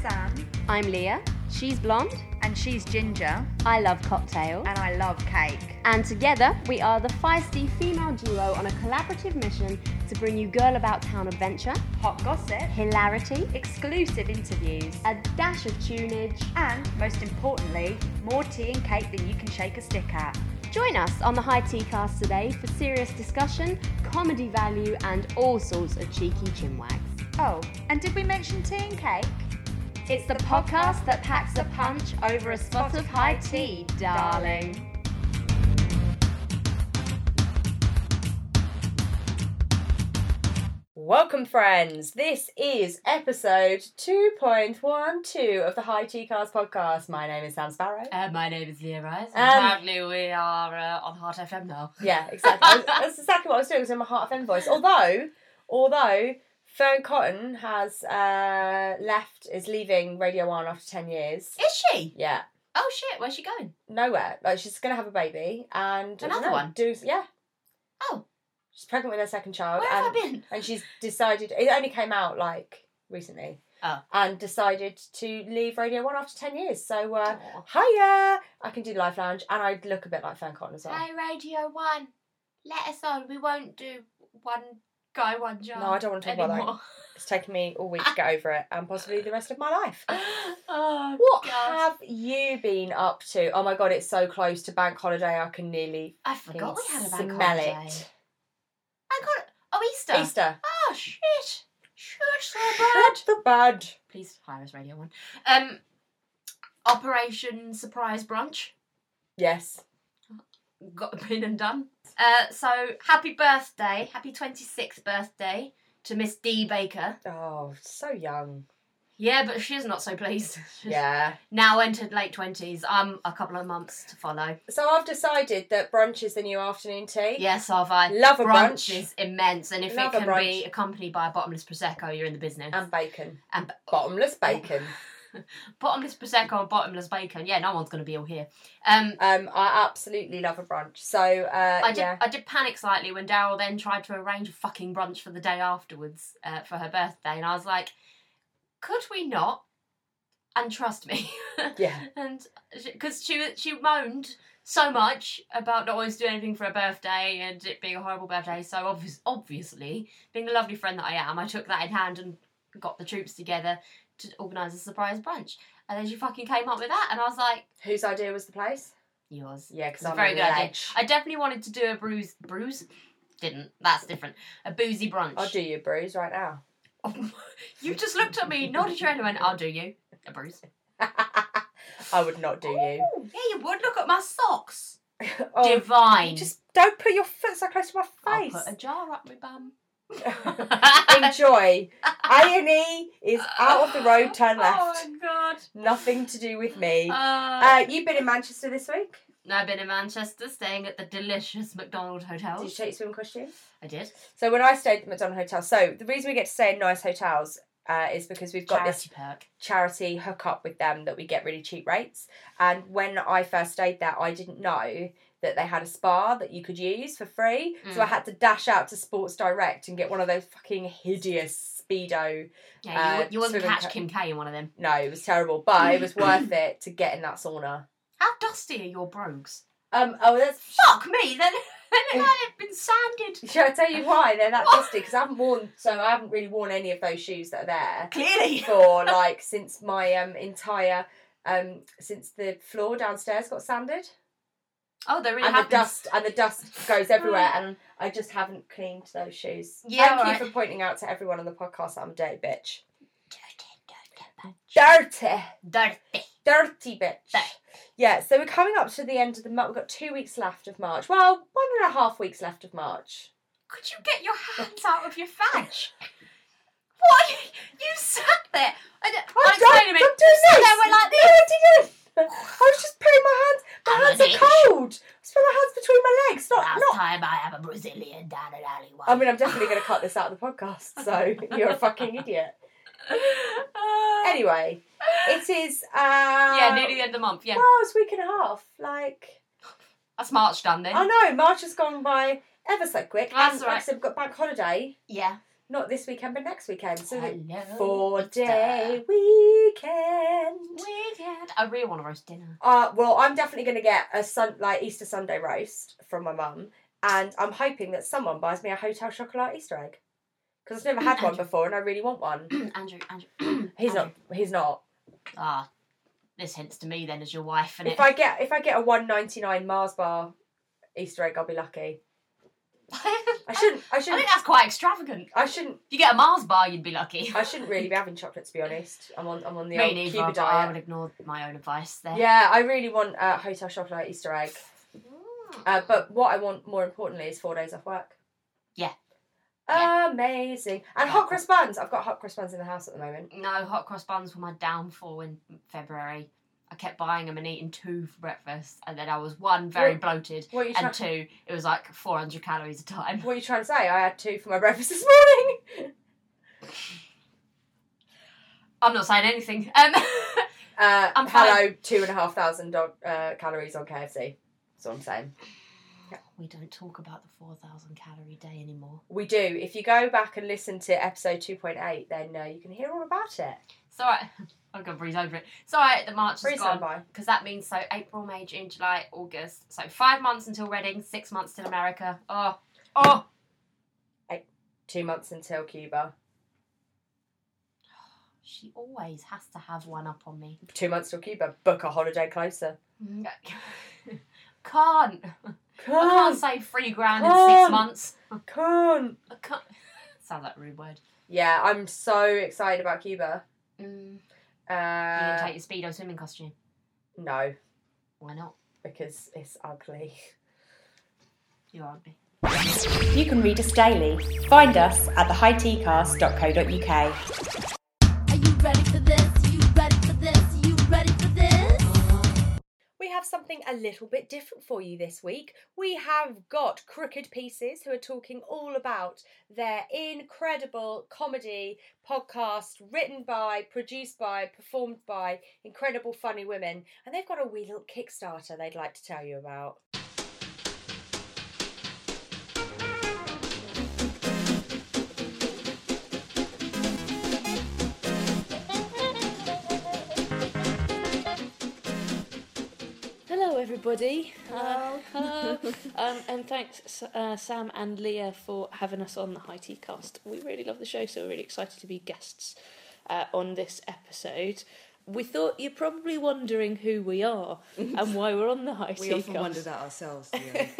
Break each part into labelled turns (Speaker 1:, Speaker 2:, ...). Speaker 1: Sam,
Speaker 2: I'm Leah. She's blonde.
Speaker 1: and she's Ginger,
Speaker 2: I love cocktail.
Speaker 1: and I love cake.
Speaker 2: And together, we are the feisty female duo on a collaborative mission to bring you girl about town adventure,
Speaker 1: Hot gossip,
Speaker 2: hilarity,
Speaker 1: exclusive interviews,
Speaker 2: a dash of tunage.
Speaker 1: and most importantly, more tea and cake than you can shake a stick at.
Speaker 2: Join us on the High Tea Cast today for serious discussion, comedy value, and all sorts of cheeky chinwags.
Speaker 1: Oh, and did we mention tea and cake?
Speaker 2: It's the podcast that packs a punch over a spot of high tea, darling.
Speaker 3: Welcome, friends. This is episode 2.12 of the High Tea Cars podcast. My name is Sam Sparrow.
Speaker 4: Uh, my name is Leah Rice, and
Speaker 3: Um,
Speaker 4: apparently we are uh, on Heart FM now.
Speaker 3: Yeah, exactly. That's- That's exactly what I was doing. It was in my heart of voice. Although, although Fern Cotton has uh, left, is leaving Radio One after ten years.
Speaker 4: Is she?
Speaker 3: Yeah,
Speaker 4: Oh shit, where's she going?
Speaker 3: nowhere. Like she's gonna have a baby and I don't
Speaker 4: Another
Speaker 3: know,
Speaker 4: one?
Speaker 3: Do yeah.
Speaker 4: Oh.
Speaker 3: she's pregnant with her second child.
Speaker 4: Where
Speaker 3: and
Speaker 4: have I been?
Speaker 3: and she's decided it only came out like recently
Speaker 4: Oh.
Speaker 3: and decided to leave radio one after 10 years so uh
Speaker 4: Aw.
Speaker 3: hiya i can do life lounge and i look a bit like fern cotton as well
Speaker 4: Hey, Radio 1, let us on. We won't do one guy, one job.
Speaker 3: No, I don't want to talk about that.
Speaker 4: anymore.
Speaker 3: it's taken me all week to get over it and possibly the rest of my life
Speaker 4: oh,
Speaker 3: what
Speaker 4: God.
Speaker 3: have you been up to oh my god it's so close to bank holiday i can nearly
Speaker 4: I forgot we had a bank
Speaker 3: smell
Speaker 4: holiday.
Speaker 3: it
Speaker 4: Bank holiday. Oh, Easter.
Speaker 3: easter
Speaker 4: Oh, shit. Shit, so bad.
Speaker 3: Shut the bud
Speaker 4: Please hire us, Radio 1. Um, Operation Surprise Brunch.
Speaker 3: yes
Speaker 4: got been and done. Uh, so happy birthday, happy 26th birthday to Miss D Baker.
Speaker 3: oh so young
Speaker 4: Yeah, but she's not so pleased. She's
Speaker 3: yeah
Speaker 4: Now entered late 20s. I'm a couple of months to follow.
Speaker 3: so i've decided that brunch is the new afternoon tea
Speaker 4: Yes, I've I.
Speaker 3: Love a
Speaker 4: brunch.
Speaker 3: brunch.
Speaker 4: is immense, and if
Speaker 3: Love a
Speaker 4: it can be
Speaker 3: brunch.
Speaker 4: accompanied by a bottomless prosecco, you're in the business.
Speaker 3: and bacon
Speaker 4: and Oh.
Speaker 3: bottomless bacon.
Speaker 4: bottomless prosecco and bottomless bacon. Yeah, no one's going to be all here. Um,
Speaker 3: Um, I absolutely love a brunch. So uh,
Speaker 4: I did.
Speaker 3: yeah,
Speaker 4: I did panic slightly when Daryl then tried to arrange a fucking brunch for the day afterwards uh, for her birthday, and I was like, "Could we not?" And trust me,
Speaker 3: yeah,
Speaker 4: and because she, was- she moaned so much about not wanting to do anything for her birthday and it being a horrible birthday. So obvious, obviously, being the lovely friend that I am, I took that in hand and got the troops together to organise a surprise brunch. And then she fucking came up with that, and I was like,
Speaker 3: whose idea was the place?
Speaker 4: "Yours."
Speaker 3: Yeah, because
Speaker 4: It's a
Speaker 3: I'm
Speaker 4: very
Speaker 3: on
Speaker 4: good
Speaker 3: the
Speaker 4: idea.
Speaker 3: edge.
Speaker 4: I definitely wanted to do a bruise. Bruise? Didn't. That's different. A boozy brunch.
Speaker 3: I'll do you a bruise right now.
Speaker 4: you just looked at me, nodded your head, and went, I'll do you. A bruise.
Speaker 3: I would not do you.
Speaker 4: Ooh, yeah, you would. Look at my socks.
Speaker 3: Oh,
Speaker 4: Divine.
Speaker 3: just don't put your foot so close to my
Speaker 4: I'll
Speaker 3: face.
Speaker 4: put a jar up my bum.
Speaker 3: Enjoy. Irony is out of the road. Turn left.
Speaker 4: Oh, my God.
Speaker 3: Nothing to do with me.
Speaker 4: Uh,
Speaker 3: Uh, you've been in Manchester this week.
Speaker 4: I've been in Manchester staying at the delicious McDonald Hotel.
Speaker 3: Did you take your swim costume?
Speaker 4: I did.
Speaker 3: So when I stayed at the McDonald Hotel, so the reason we get to stay in nice hotels uh, is because we've got this
Speaker 4: Charity perk.
Speaker 3: charity hook up with them that we get really cheap rates. And when I first stayed there, I didn't know that they had a spa that you could use for free. So
Speaker 4: Mm.
Speaker 3: I had to dash out to Sports Direct and get one of those fucking hideous Speedo.
Speaker 4: Yeah, you,
Speaker 3: Uh,
Speaker 4: would- you wouldn't
Speaker 3: swimming
Speaker 4: catch
Speaker 3: cap-
Speaker 4: Kim K in one of them.
Speaker 3: No, it was terrible, but it was worth it to get in that sauna.
Speaker 4: How dusty are your brogues?
Speaker 3: Um, oh, that's.
Speaker 4: Fuck me, then then it had been sanded.
Speaker 3: Shall I tell you why they're that dusty? Because I haven't worn, so I haven't really worn any of those shoes that are there.
Speaker 4: Clearly.
Speaker 3: For like since my um entire um since the floor downstairs got sanded.
Speaker 4: Oh, there really
Speaker 3: and the
Speaker 4: have been
Speaker 3: dust and the dust goes everywhere and I just haven't cleaned those shoes.
Speaker 4: Yeah,
Speaker 3: Thank
Speaker 4: alright.
Speaker 3: you for pointing out to everyone on the podcast that I'm a dirty bitch. Dirty.
Speaker 4: Dirty, dirty, dirty.
Speaker 3: Dirty bitch.
Speaker 4: Dirty.
Speaker 3: Yeah, so we're coming up to the end of the month. We've got two weeks left of March. Well, one and a half weeks left of March.
Speaker 4: Could you get your hands out of your thatch? What? You, you sat there. And,
Speaker 3: I'm
Speaker 4: I'll explain
Speaker 3: I'm doing
Speaker 4: in a minute.
Speaker 3: this.
Speaker 4: there, we're like
Speaker 3: No, I didn't. I was just putting my hands.
Speaker 4: I'm
Speaker 3: My
Speaker 4: a
Speaker 3: hands are
Speaker 4: bitch.
Speaker 3: cold. I just put my hands between my legs. Not,
Speaker 4: Last
Speaker 3: not.
Speaker 4: time I have a Brazilian down an alleyway.
Speaker 3: I mean, I'm definitely going to cut this out of the podcast. So you're a fucking idiot.
Speaker 4: Uh,
Speaker 3: Anyway, it is. Uh,
Speaker 4: yeah, nearly the end of the month. Yeah,
Speaker 3: Well, it's a week and a half. Like
Speaker 4: that's March done then.
Speaker 3: I know March has gone by ever so quick.
Speaker 4: That's
Speaker 3: and
Speaker 4: all right.
Speaker 3: like I said, we've got bank holiday,
Speaker 4: yeah.
Speaker 3: not this weekend, but next weekend. So the
Speaker 4: Hello,
Speaker 3: four
Speaker 4: Easter.
Speaker 3: day week. weekend.
Speaker 4: Weekend. I really want to roast dinner.
Speaker 3: Uh, well, I'm definitely going to get a sun like Easter Sunday roast from my mum, and I'm hoping that someone buys me a hotel chocolate Easter egg because I've never had one before, and I really want one.
Speaker 4: Andrew, Andrew.
Speaker 3: He's not.
Speaker 4: Andrew.
Speaker 3: He's not.
Speaker 4: Ah, this hints to me then as your wife, and it.
Speaker 3: If I get if I get a one ninety nine Mars bar Easter egg, I'll be lucky. I shouldn't. I
Speaker 4: I think
Speaker 3: shouldn't.
Speaker 4: that's quite extravagant.
Speaker 3: I shouldn't.
Speaker 4: If you get a Mars bar, you'd be lucky.
Speaker 3: I shouldn't really be having chocolate to be honest. I'm on. I'm on the
Speaker 4: Me
Speaker 3: old
Speaker 4: neither,
Speaker 3: Cuba
Speaker 4: but I would
Speaker 3: diet.
Speaker 4: ignore my own advice there.
Speaker 3: Yeah, I really want a hotel chocolate Easter egg.
Speaker 4: Mm.
Speaker 3: Uh, but what I want more importantly is four days off work.
Speaker 4: Yeah.
Speaker 3: Amazing. And hot cross buns. I've got hot cross buns in the house at the moment.
Speaker 4: No, hot cross buns were my downfall in February. I kept buying them and eating two for breakfast, and then I was one very
Speaker 3: Wait.
Speaker 4: bloated,
Speaker 3: What are you trying?
Speaker 4: and two it was like four hundred calories a time.
Speaker 3: What are you trying to say? I had two for my breakfast this morning.
Speaker 4: I'm not saying anything. Um,
Speaker 3: Uh,
Speaker 4: I'm
Speaker 3: hello, two and a half thousand dol- uh, calories on KFC. That's what I'm saying.
Speaker 4: we don't talk about the four thousand calorie day anymore.
Speaker 3: We do. If you go back and listen to episode 2.8, then uh, you can hear all about it.
Speaker 4: It's alright. I'm gonna breeze over it. It's alright. The March
Speaker 3: Free
Speaker 4: is gone
Speaker 3: standby.
Speaker 4: because that means so April, May, June, July, August. So five months until Reading, six months till America. Oh, oh.
Speaker 3: Two months until Cuba.
Speaker 4: She always has to have one up on me.
Speaker 3: Two months till Cuba. Book a holiday closer.
Speaker 4: Mm, Can't. I can't
Speaker 3: Can't.
Speaker 4: save three grand in six
Speaker 3: Can't.
Speaker 4: months.
Speaker 3: Can't.
Speaker 4: I can't. Sounds like a rude word.
Speaker 3: Yeah, I'm so excited about Cuba.
Speaker 4: Mm. you gonna
Speaker 3: Uh,
Speaker 4: take your speedo swimming costume.
Speaker 3: no,
Speaker 4: Why not?
Speaker 3: because it's ugly.
Speaker 4: You're ugly.
Speaker 1: You can read us daily. Find us at thehightcast.co.uk.
Speaker 5: Are you ready for this? You ready for this? You ready for this?
Speaker 3: We have something a little bit different for you this week. We have got Crooked Pieces who are talking all about their incredible comedy podcast written by, produced by, performed by incredible funny women. And they've got a wee little Kickstarter they'd like to tell you about.
Speaker 6: Hello, everybody. Hello. hello. um, and thanks, uh, Sam and Leah, for having us on the High Tea Cast. We really love the show, so we're really excited to be guests uh, on this episode. We thought you're probably wondering who we are and why we're on the High
Speaker 7: We
Speaker 6: Tea
Speaker 7: often
Speaker 6: Cast.
Speaker 7: wonder that ourselves. to be honest.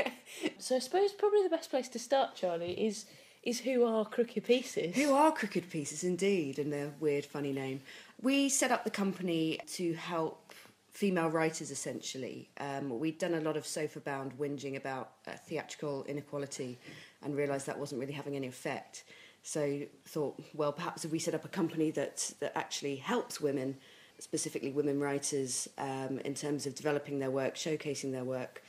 Speaker 6: So I suppose probably the best place to start, Charlie, is is who are Crooked Pieces.
Speaker 7: Who are Crooked Pieces indeed, and their weird, funny name. We set up the company to help female writers essentially. Um, we'd done a lot of sofa bound whinging about uh, theatrical inequality and realised that wasn't really having any effect. So thought, well, perhaps if we set up a company that, that actually helps women, specifically women writers, um, in terms of developing their work, showcasing their work,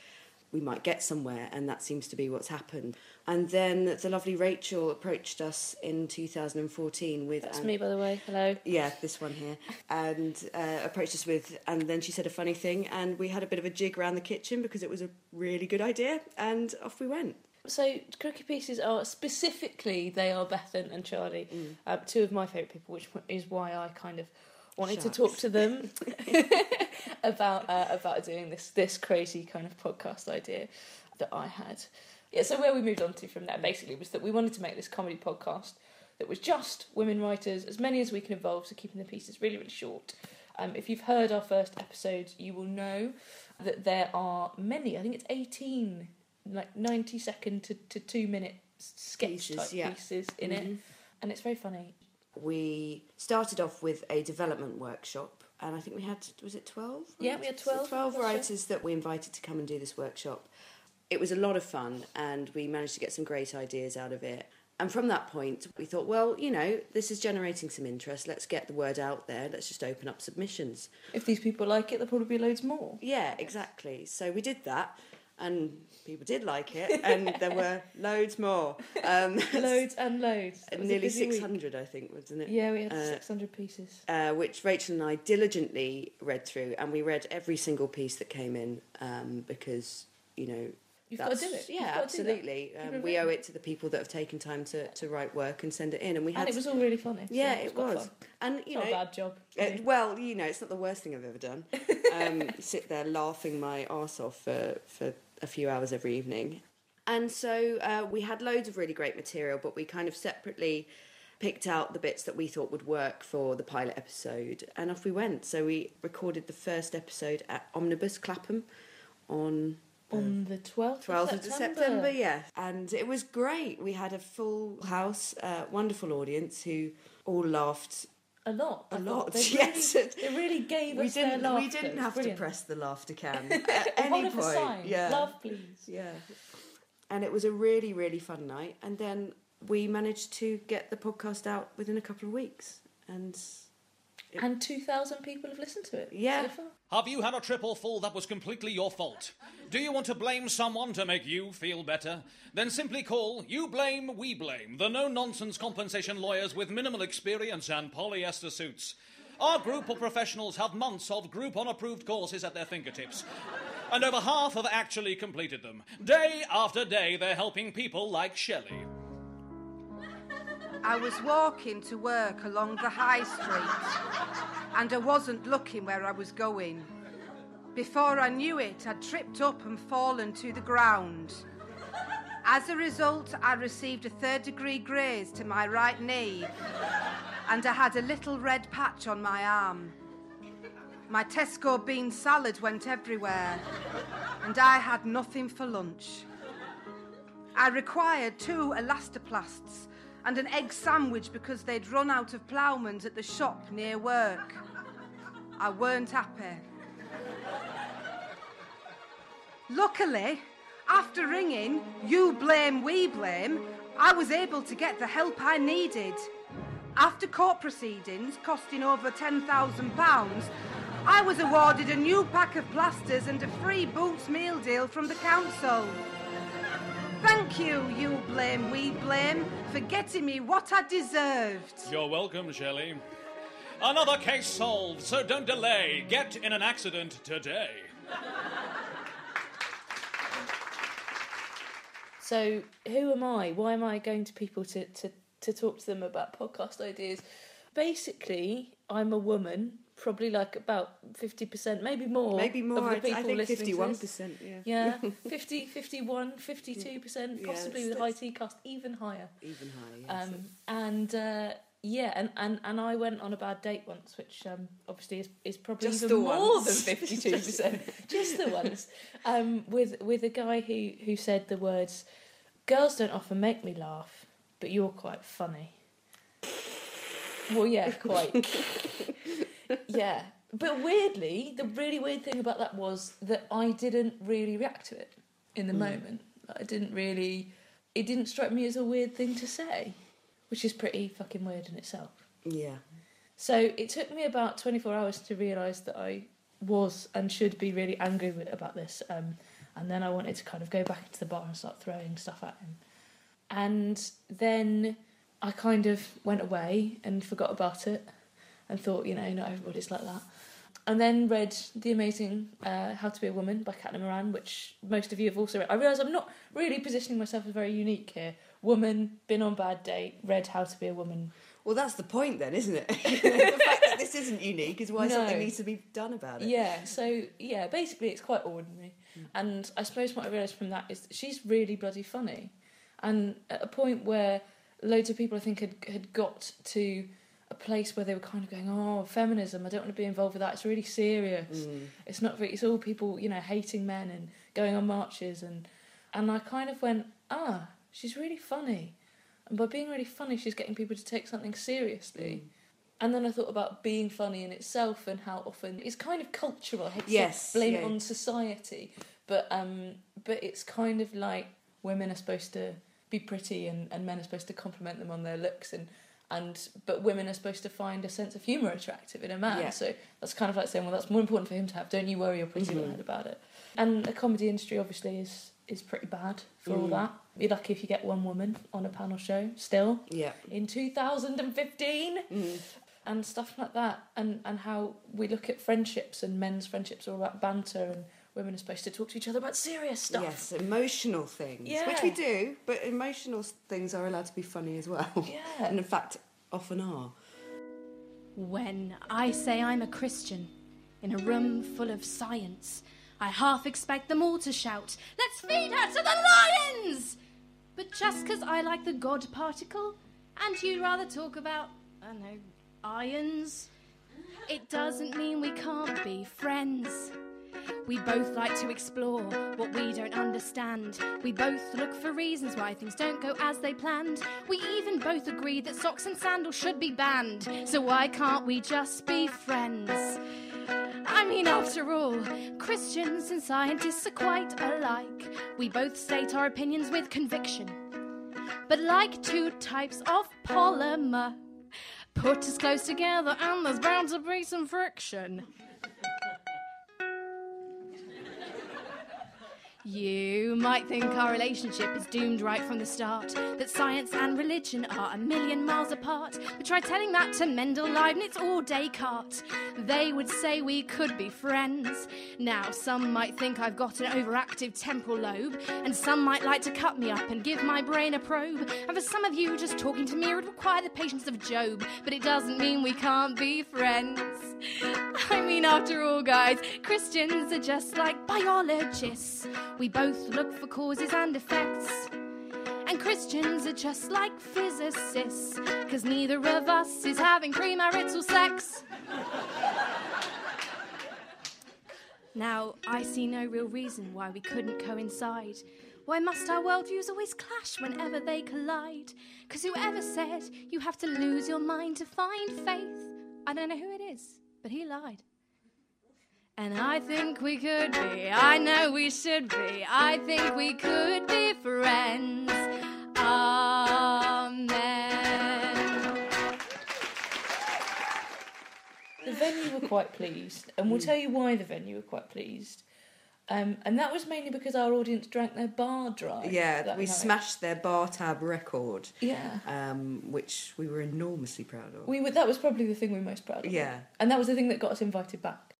Speaker 7: we might get somewhere, and that seems to be what's happened. And then the lovely Rachel approached us in 2014 with
Speaker 6: That's
Speaker 7: an-
Speaker 6: me, by the way. Hello.
Speaker 7: yeah, this one here, and uh, approached us with, and then she said a funny thing, and we had a bit of a jig around the kitchen because it was a really good idea, and off we went.
Speaker 6: So crooked pieces are specifically they are Bethan and Charlie, um, two of my favourite people, which is why I kind of wanted to talk to them about uh, about doing this this crazy kind of podcast idea that I had. Yeah, so where we moved on to from that basically was that we wanted to make this comedy podcast that was just women writers, as many as we can involve, so keeping the pieces really really short. Um, if you've heard our first episode, you will know that there are many. I think it's eighteen like 90 second to, to two minute s- sketch
Speaker 7: Pieces,
Speaker 6: type
Speaker 7: yeah. Mm-hmm.
Speaker 6: pieces in it and it's very funny
Speaker 7: We started off with a development workshop, and I think we had, was it 12?
Speaker 6: Yeah, we had 12,
Speaker 7: 12
Speaker 6: that's right.
Speaker 7: writers that we invited to come and do this workshop. It was a lot of fun, and we managed to get some great ideas out of it. And from that point, we thought, well, you know, this is generating some interest. Let's get the word out there. Let's just open up submissions.
Speaker 6: if these people like it there'll probably be loads more
Speaker 7: Yeah, exactly. So we did that, and people did like it, and there were loads more. Um,
Speaker 6: loads and loads It was a
Speaker 7: nearly
Speaker 6: busy week.
Speaker 7: six hundred, I think, wasn't it?
Speaker 6: yeah we had
Speaker 7: Uh,
Speaker 6: 600 pieces
Speaker 7: uh, which Rachel and I diligently read through, and we read every single piece that came in um, because you know
Speaker 6: You've got to do
Speaker 7: That's-
Speaker 6: it. You've
Speaker 7: Yeah,
Speaker 6: got to do that.
Speaker 7: absolutely. Um, we owe it to the people that have taken time to, to write work and send it in, and we had.
Speaker 6: And it was all really funny. so
Speaker 7: yeah,
Speaker 6: it's
Speaker 7: it
Speaker 6: quite
Speaker 7: was,
Speaker 6: fun.
Speaker 7: and you
Speaker 6: Not
Speaker 7: know,
Speaker 6: a bad job.
Speaker 7: It, Uh, well, you know, it's not the worst thing I've ever done. Um, sit there laughing my arse off for, for a few hours every evening. And so uh, we had loads of really great material, but we kind of separately picked out the bits that we thought would work for the pilot episode, and off we went. So we recorded the first episode at Omnibus Clapham on
Speaker 6: On the 12th,
Speaker 7: 12th um, of September, yeah. And it was great. We had a full house, uh, wonderful audience who all laughed
Speaker 6: A lot.
Speaker 7: A
Speaker 6: I thought
Speaker 7: lot,
Speaker 6: They
Speaker 7: yes.
Speaker 6: Really, they really gave
Speaker 7: we
Speaker 6: us their
Speaker 7: didn't
Speaker 6: laughter.
Speaker 7: we didn't
Speaker 6: It was
Speaker 7: have
Speaker 6: brilliant.
Speaker 7: to press the laughter can at any
Speaker 6: Hold up
Speaker 7: point
Speaker 6: a sign.
Speaker 7: yeah
Speaker 6: Love, please.
Speaker 7: yeah and it was a really really fun night and then we managed to get the podcast out within a couple of weeks and
Speaker 6: And 2,000 people have listened to it.
Speaker 7: Yeah.
Speaker 6: So far.
Speaker 8: Have you had a trip or fall that was completely your fault? Do you want to blame someone to make you feel better? Then simply call You Blame, We Blame, the no nonsense compensation lawyers with minimal experience and polyester suits. Our group of professionals have months of Groupon approved courses at their fingertips, and over half have actually completed them. Day after day, they're helping people like Shelley.
Speaker 9: I was walking to work along the high street and I wasn't looking where I was going. Before I knew it, I'd tripped up and fallen to the ground. As a result, I received a third degree graze to my right knee and I had a little red patch on my arm. My Tesco bean salad went everywhere and I had nothing for lunch. I required two elastoplasts and an egg sandwich because they'd run out of ploughman's at the shop near work. I weren't happy. Luckily, after ringing, you blame, we blame, I was able to get the help I needed. After court proceedings costing over £10,000, I was awarded a new pack of plasters and a free Boots meal deal from the council. Thank you, you blame, we blame, for getting me what I deserved.
Speaker 8: You're welcome, Shelley. Another case solved, so don't delay. Get in an accident today.
Speaker 6: So, who am I? Why am I going to people to, to, to talk to them about podcast ideas? Basically, I'm a woman, probably like about 50%, maybe more.
Speaker 7: maybe more
Speaker 6: Of the
Speaker 7: I'd-
Speaker 6: people
Speaker 7: i think
Speaker 6: listening to this.
Speaker 7: 51% yeah.
Speaker 6: Yeah, 50, 51, 52%,
Speaker 7: Yeah,
Speaker 6: possibly
Speaker 7: it's-
Speaker 6: with high T cast, even higher.
Speaker 7: even higher yes.
Speaker 6: Um, and uh, yeah, and, and, and I went on a bad date once, which um, obviously is, is probably
Speaker 7: Just
Speaker 6: even
Speaker 7: the
Speaker 6: more
Speaker 7: once.
Speaker 6: than fifty two percent, just the once, um, with with a guy who who said the words, "Girls don't often make me laugh, but you're quite funny." Well, yeah, quite. yeah, but weirdly, the really weird thing about that was that I didn't really react to it in the moment. I didn't really. It didn't strike me as a weird thing to say, which is pretty fucking weird in itself.
Speaker 7: yeah
Speaker 6: So it took me about 24 hours to realise that I was and should be really angry with, about this. Um, and then I wanted to kind of go back into the bar and start throwing stuff at him. And then I kind of went away and forgot about it and thought, you know, not everybody's like that. And then read the amazing uh, How to Be a Woman by Catelyn Moran, which most of you have also read. I realise I'm not really positioning myself as very unique here. Woman, been on bad date, read How to Be a Woman.
Speaker 7: well that's the point then isn't it the fact that this isn't unique is why
Speaker 6: No.
Speaker 7: something needs to be done about it Mm.
Speaker 6: Yeah, so yeah, basically it's quite ordinary. And I suppose what I realised from that is that she's really bloody funny. And at a point where loads of people I think had had got to a place where they were kind of going, Oh, feminism, I don't want to be involved with that, it's really serious.
Speaker 7: Mm.
Speaker 3: Mm.
Speaker 6: It's not very, it's all people, you know, hating men and going on marches and and I kind of went, Ah, she's really funny. And by being really funny she's getting people to take something
Speaker 7: Mm.
Speaker 6: seriously. And then I thought about being funny in itself and how often it's kind of cultural. I hate to
Speaker 7: Yes,
Speaker 6: blame it
Speaker 7: yeah.
Speaker 6: on society, but um, but it's kind of like women are supposed to be pretty and, and men are supposed to compliment them on their looks and and but women are supposed to find a sense of humour attractive in a man.
Speaker 7: Yeah.
Speaker 6: So that's kind of like saying, well, that's more important for him to have. Don't you worry your pretty
Speaker 7: Mm-hmm.
Speaker 6: lad about it. And the comedy industry obviously is is pretty bad for
Speaker 7: Mm.
Speaker 6: all that. You're lucky if you get one woman on a panel show still
Speaker 7: yeah
Speaker 6: in 2015
Speaker 7: Mm.
Speaker 6: and stuff like that and and how we look at friendships and men's friendships are all about banter and women are supposed to talk to each other about serious stuff.
Speaker 7: Yes, emotional things, which we
Speaker 6: Yeah.
Speaker 7: do, but emotional s- things are allowed to be funny as well.
Speaker 6: Yeah.
Speaker 7: and in fact, often are.
Speaker 5: When I say I'm a Christian in a room full of science, I half expect them all to shout, Let's feed her to the lions! But just 'cause I like the God particle, and you'd rather talk about, I don't know, irons, it doesn't mean we can't be friends. We both like to explore what we don't understand. We both look for reasons why things don't go as they planned. We even both agree that socks and sandals should be banned. So why can't we just be friends? I mean, after all, Christians and scientists are quite alike. We both state our opinions with conviction. But like two types of polymer, put us close together and there's bound to be some friction. You might think our relationship is doomed right from the start, that science and religion are a million miles apart. But try telling that to Mendel, Leibniz, or Descartes. They would say we could be friends. Now, some might think I've got an overactive temporal lobe, and some might like to cut me up and give my brain a probe. And for some of you, just talking to me would require the patience of Job, but it doesn't mean we can't be friends. I mean, after all, guys, Christians are just like biologists. We both look for causes and effects. And Christians are just like physicists, because neither of us is having premarital sex. now, I see no real reason why we couldn't coincide. Why must our worldviews always clash whenever they collide? Because whoever said you have to lose your mind to find faith, I don't know who it is, but he lied. And I think we could be. I know we should be. I think we could be friends. Amen.
Speaker 6: The venue were quite pleased, and
Speaker 7: Mm.
Speaker 6: we'll tell you why the venue were quite pleased. Um, and that was mainly because our audience drank their bar dry.
Speaker 7: Yeah,
Speaker 6: that
Speaker 7: we
Speaker 6: night.
Speaker 7: smashed their bar tab record,
Speaker 6: Yeah,
Speaker 7: um, which we were enormously proud of.
Speaker 6: we were, that was probably the thing we were most proud of.
Speaker 7: Yeah.
Speaker 6: and that was the thing that got us invited back.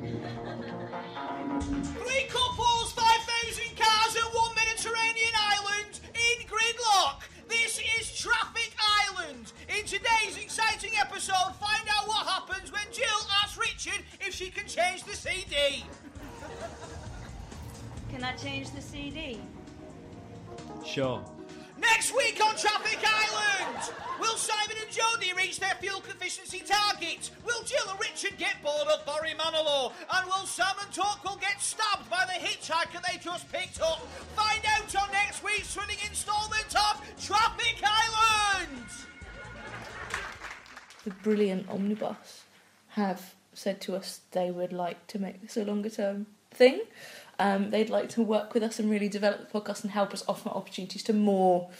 Speaker 10: Three couples, 5,000 cars, and one Mediterranean island in gridlock. This is Traffic Island. In today's exciting episode, find out what happens when Jill asks Richard if she can change the CD.
Speaker 1: Can I change the CD?
Speaker 11: Sure.
Speaker 10: Next week on Traffic Island, will Simon and Jody reach their fuel efficiency target? Will Jill and Richard get bored of Barry Manilow? And will Sam and Torkel get stabbed by the hitchhiker they just picked up? Find out on next week's thrilling instalment of Traffic Island.
Speaker 6: The brilliant omnibus have said to us they would like to make this a longer term thing. Um, they'd like to work with us and really develop the podcast and help us offer opportunities to more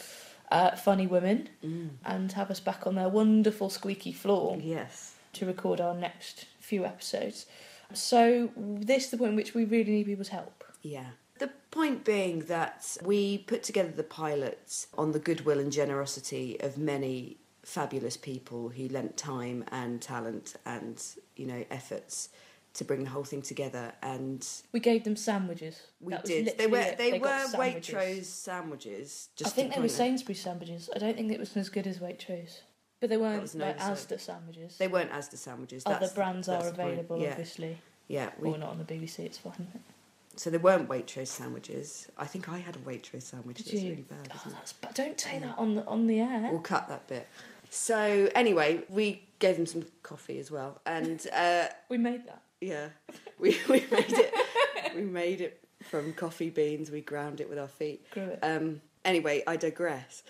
Speaker 6: uh, funny women
Speaker 7: Mm.
Speaker 6: and have us back on their wonderful squeaky floor.
Speaker 7: Yes.
Speaker 6: to record our next few episodes. So this is the point in which we really need people's help.
Speaker 7: Yeah. The point being that we put together the pilots on the goodwill and generosity of many fabulous people who lent time and talent and, you know, efforts to bring the whole thing together and
Speaker 6: We gave them sandwiches.
Speaker 7: we
Speaker 6: That was
Speaker 7: did. They
Speaker 6: literally
Speaker 7: were
Speaker 6: it.
Speaker 7: they, were
Speaker 6: got sandwiches.
Speaker 7: Waitrose sandwiches.
Speaker 6: I
Speaker 7: Just
Speaker 6: think
Speaker 7: to
Speaker 6: they were
Speaker 7: point out.
Speaker 6: Sainsbury's sandwiches. I don't think it was as good as Waitrose, but they
Speaker 7: was
Speaker 6: weren't
Speaker 7: an
Speaker 6: like
Speaker 7: oversight.
Speaker 6: Asda sandwiches.
Speaker 7: They weren't Asda sandwiches.
Speaker 6: Other
Speaker 7: that's-
Speaker 6: brands
Speaker 7: that's
Speaker 6: are
Speaker 7: the point.
Speaker 6: available,
Speaker 7: Yeah,
Speaker 6: obviously.
Speaker 7: yeah.
Speaker 6: Or
Speaker 7: We,
Speaker 6: not on the BBC. It's fine. isn't it?
Speaker 7: so they weren't Waitrose sandwiches. I think I had a Waitrose sandwich.
Speaker 6: Did
Speaker 7: It's
Speaker 6: you?
Speaker 7: really bad.
Speaker 6: Oh,
Speaker 7: Isn't it? Mm.
Speaker 6: that's bad. Don't say that on the on the air.
Speaker 7: We'll cut that bit. So anyway, we gave them some coffee as well, and uh,
Speaker 6: We made that.
Speaker 7: yeah, we, we made it. We made it from coffee beans. We ground it with our feet.
Speaker 6: Grew it.
Speaker 7: Um, anyway, I digress.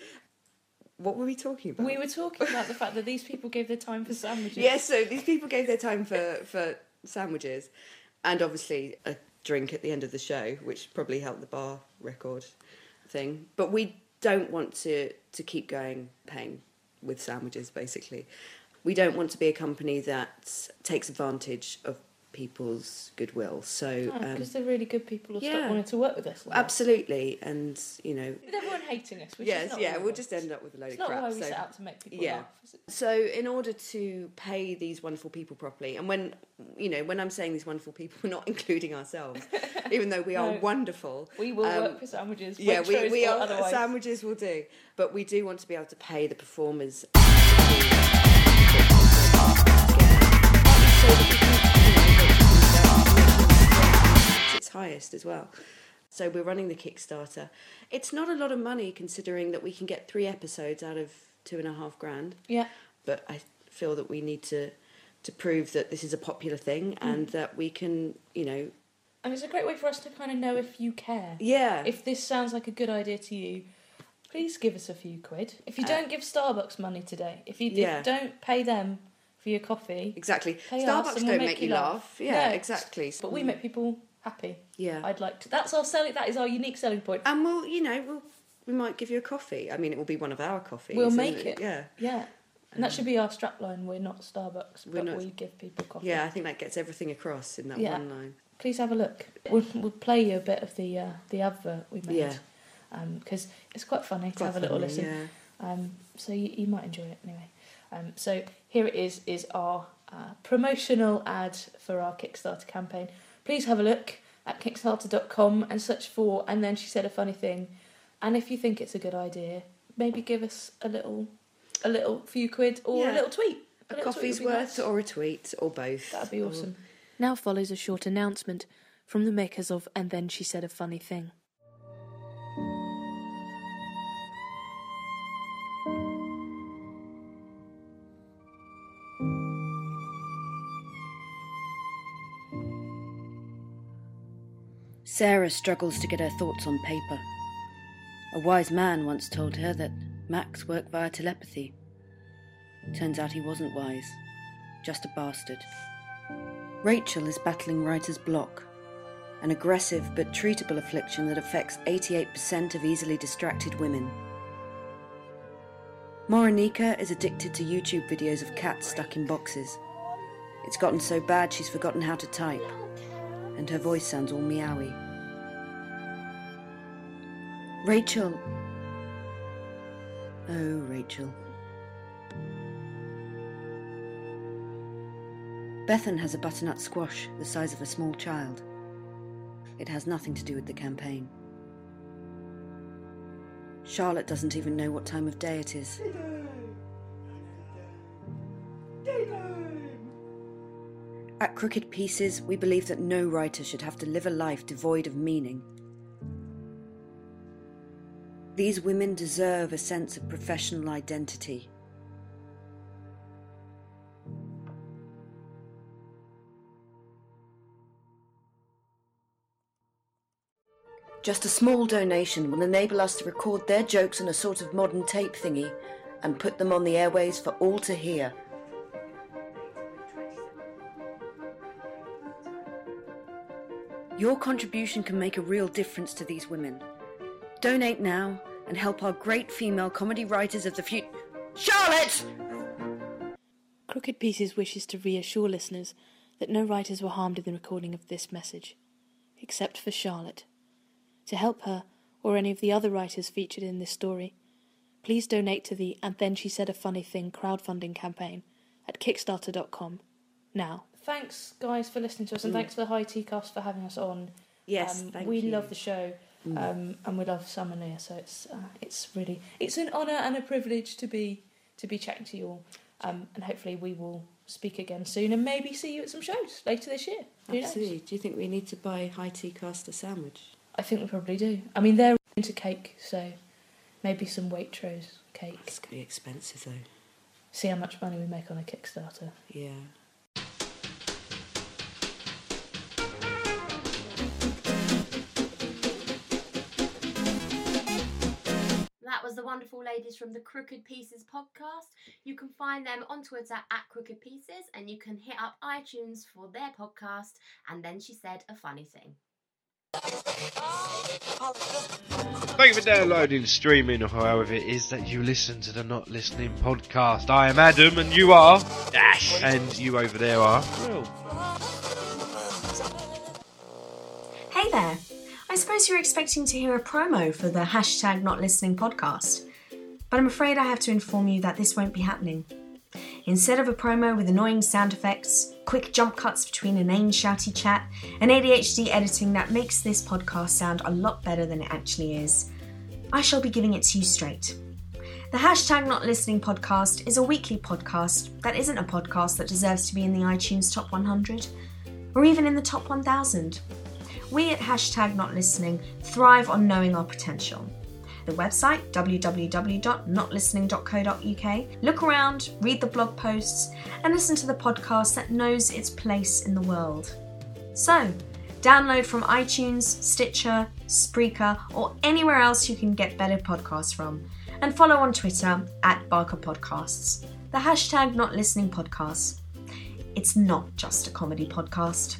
Speaker 7: What were we talking about?
Speaker 6: We were talking about the fact that these people gave their time for sandwiches.
Speaker 7: Yes, so these people gave their time for, for sandwiches and obviously a drink at the end of the show, which probably helped the bar record thing. But we don't want to, to keep going paying with sandwiches, basically. We don't want to be a company that takes advantage of people's goodwill. So um,
Speaker 6: Because Ah, they're really good people who
Speaker 7: yeah.
Speaker 6: stopped wanting to work with us. now.
Speaker 7: absolutely, and you know,
Speaker 6: With everyone hating us, which is
Speaker 7: yes,
Speaker 6: not
Speaker 7: yeah,
Speaker 6: really
Speaker 7: we'll
Speaker 6: what-
Speaker 7: just end up with a load
Speaker 6: It's
Speaker 7: of
Speaker 6: not
Speaker 7: crap.
Speaker 6: why we
Speaker 7: so-
Speaker 6: set out to make people
Speaker 7: yeah.
Speaker 6: laugh. is it?
Speaker 7: So in order to pay these wonderful people properly, and when you know when I'm saying these wonderful people, we're not including ourselves, even though we are
Speaker 6: No.
Speaker 7: wonderful.
Speaker 6: We will
Speaker 7: um,
Speaker 6: work for sandwiches.
Speaker 7: yeah, we, we
Speaker 6: or
Speaker 7: are
Speaker 6: otherwise.
Speaker 7: sandwiches will do, but we do want to be able to pay the performers. It's highest as well. So we're running the Kickstarter. It's not a lot of money considering that we can get three episodes out of two and a half grand.
Speaker 6: Yeah.
Speaker 7: But I feel that we need to to prove that this is a popular thing
Speaker 6: Mm.
Speaker 7: and that we can, you know,
Speaker 6: And it's a great way for us to kind of know if you care.
Speaker 7: yeah,
Speaker 6: If this sounds like a good idea to you, please give us a few quid. If you don't give Starbucks money today, if you if you
Speaker 7: Uh, yeah.
Speaker 6: don't pay them for your coffee,
Speaker 7: exactly.
Speaker 6: pay us
Speaker 7: Starbucks
Speaker 6: and
Speaker 7: don't
Speaker 6: we'll
Speaker 7: make, you laugh. Yeah,
Speaker 6: No,
Speaker 7: exactly. Mm.
Speaker 6: But we make people happy.
Speaker 7: Yeah.
Speaker 6: I'd like to. That's our selling. That is our unique selling point.
Speaker 7: And we'll, you know, we'll, we might give you a coffee. I mean, it will be one of our coffees.
Speaker 6: We'll
Speaker 7: and-
Speaker 6: make it.
Speaker 7: Yeah. Um,
Speaker 6: Yeah. And that should be our strapline. We're not Starbucks,
Speaker 7: We're
Speaker 6: but
Speaker 7: not-
Speaker 6: we give people coffee.
Speaker 7: Yeah, I think that gets everything across in that
Speaker 6: Yeah.
Speaker 7: one line.
Speaker 6: Please have a look. We'll, we'll play you a bit of the uh, the advert we made.
Speaker 7: Yeah.
Speaker 6: Because it's quite funny to
Speaker 7: Quite
Speaker 6: have a little
Speaker 7: funny,
Speaker 6: listen. Um, so you, you might enjoy it anyway. Um, so here it is, is our uh, promotional ad for our Kickstarter campaign. Please have a look at kickstarter.com and search for and then she said a funny thing. And if you think it's a good idea, maybe give us a little, a little few quid or
Speaker 7: Yeah.
Speaker 6: a little tweet.
Speaker 7: A
Speaker 6: little tweet
Speaker 7: coffee's
Speaker 6: would be
Speaker 7: worth,
Speaker 6: nice.
Speaker 7: or a tweet, or both.
Speaker 6: That'd be
Speaker 7: or-
Speaker 6: awesome. Now follows a short announcement from the makers of And Then She Said a Funny Thing.
Speaker 1: Sarah struggles to get her thoughts on paper. A wise man once told her that Max worked via telepathy. Turns out he wasn't wise, just a bastard. Rachel is battling writer's block, an aggressive but treatable affliction that affects 88% of easily distracted women. Moronika is addicted to YouTube videos of cats stuck in boxes. It's gotten so bad she's forgotten how to type and her voice sounds all meowy. Rachel. Oh, Rachel. Bethan has a butternut squash the size of a small child. It has nothing to do with the campaign. Charlotte doesn't even know what time of day it is. At Crooked Pieces, we believe that no writer should have to live a life devoid of meaning. These women deserve a sense of professional identity. Just a small donation will enable us to record their jokes on a sort of modern tape thingy and put them on the airways for all to hear. Your contribution can make a real difference to these women. Donate now and help our great female comedy writers of the future. Charlotte!
Speaker 12: Crooked Pieces wishes to reassure listeners that no writers were harmed in the recording of this message, except for Charlotte. To help her, or any of the other writers featured in this story, please donate to the And Then She Said a Funny Thing crowdfunding campaign at Kickstarter.com now.
Speaker 6: Thanks, guys, for listening to us, and thanks for the High Tea Cast for having us on.
Speaker 7: Mm. Yes,
Speaker 6: um,
Speaker 7: thank
Speaker 6: we
Speaker 7: you. Mm.
Speaker 6: love the show, um, and we love Summonia. So it's uh, it's really it's an honour and a privilege to be to be chatting to you all, um, and hopefully we will speak again soon, and maybe see you at some shows later this year. Who knows?
Speaker 7: Absolutely. Do you think we need to buy high tea caster sandwich?
Speaker 6: I think we probably do. I mean, they're into cake, so maybe some Waitrose cake.
Speaker 7: It's going to be expensive though.
Speaker 6: See how much money we make on a Kickstarter.
Speaker 7: Yeah.
Speaker 4: That was the wonderful ladies from the Crooked Pieces podcast. You can find them on Twitter at Crooked Pieces and you can hit up iTunes for their podcast. And then she said a funny thing.
Speaker 13: Thank you for downloading, streaming, or however it is that you listen to the Not Listening podcast. I am Adam, and you are Dash, and you over there are Will.
Speaker 14: Hey there! I suppose you're expecting to hear a promo for the hashtag not listening podcast, but I'm afraid I have to inform you that this won't be happening. Instead of a promo with annoying sound effects, quick jump cuts between inane shouty chat, and ADHD editing that makes this podcast sound a lot better than it actually is, I shall be giving it to you straight. The hashtag not listening podcast is a weekly podcast that isn't a podcast that deserves to be in the iTunes top 100 or even in the top 1000. We at hashtag not listening thrive on knowing our potential. The website www.notlistening.co.uk. Look around, read the blog posts, and listen to the podcast that knows its place in the world. So, download from iTunes, Stitcher, Spreaker, or anywhere else you can get better podcasts from, and follow on Twitter at Barker Podcasts. The hashtag Not Listening Podcast. It's not just a comedy podcast.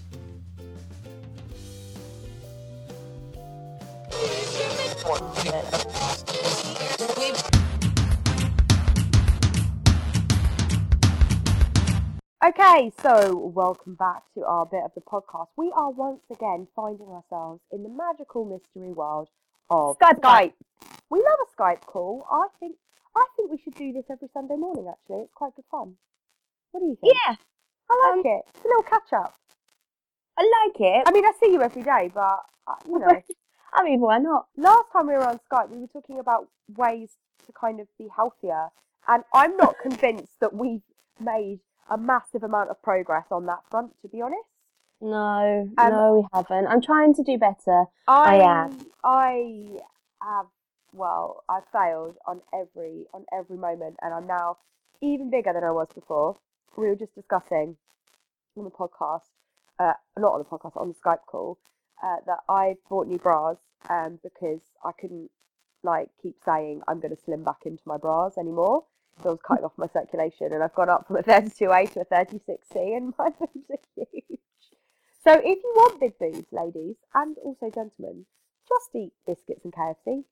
Speaker 2: Okay, so welcome back to our bit of the podcast. We are once again finding ourselves in the magical mystery world of
Speaker 15: Skype.
Speaker 2: We love a Skype call. I think I think we should do this every Sunday morning. Actually, it's quite good fun. What do you think?
Speaker 15: Yeah.
Speaker 2: I
Speaker 3: Um,
Speaker 2: like it. It's a little catch up.
Speaker 15: I like it.
Speaker 2: I mean, I see you every day, but uh, you know.
Speaker 15: I mean, why not?
Speaker 2: Last time we were on Skype, we were talking about ways to kind of be healthier, and I'm not convinced that we've made a massive amount of progress on that front. To be honest,
Speaker 15: No,
Speaker 2: Um,
Speaker 15: no, we haven't. I'm trying to do better.
Speaker 2: I
Speaker 15: am.
Speaker 2: I have well, I failed on every on every moment, and I'm now even bigger than I was before. We were just discussing on the podcast, uh, not on the podcast, on the Skype call, uh, that I bought new bras um, because I couldn't like keep saying I'm going to slim back into my bras anymore. So I was cutting off my circulation, and I've gone up from a 32A to a 36C, and my boobs are huge. So if you want big boobs, ladies, and also gentlemen, just eat biscuits and KFC.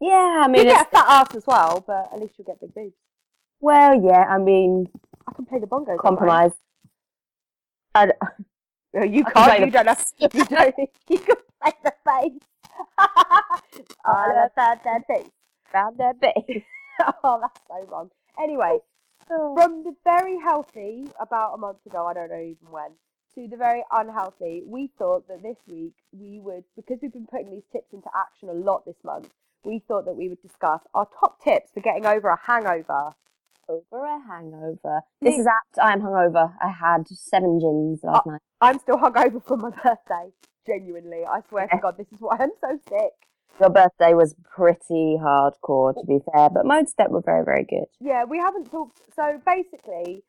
Speaker 15: Yeah, I mean,
Speaker 2: you get a
Speaker 15: it's,
Speaker 2: fat ass as well, but at least you'll get big boobs.
Speaker 15: well, yeah, I mean,
Speaker 2: I can play the bongos. don't I?
Speaker 15: compromise. I d-
Speaker 2: No, you
Speaker 15: I can
Speaker 2: can't.
Speaker 15: play
Speaker 2: you
Speaker 15: the-
Speaker 2: don't have. You don't. You can play the Oh, bass. All about that bass. Round that bass. oh, that's so wrong. Anyway,
Speaker 15: Oh.
Speaker 2: from the very healthy about a month ago, I don't know even when, to the very unhealthy, we thought that this week we would, because we've been putting these tips into action a lot this month, we thought that we would discuss our top tips for getting over a hangover.
Speaker 15: Over a hangover. This is apt. I am hungover. I had
Speaker 2: Oh.
Speaker 15: seven gins last night.
Speaker 2: I'm still hungover from my birthday. Genuinely, I swear to God, this is why I'm so sick.
Speaker 15: Your birthday was pretty hardcore, to be fair, but Mode Step were very, very good.
Speaker 2: Yeah, we haven't talked. So basically,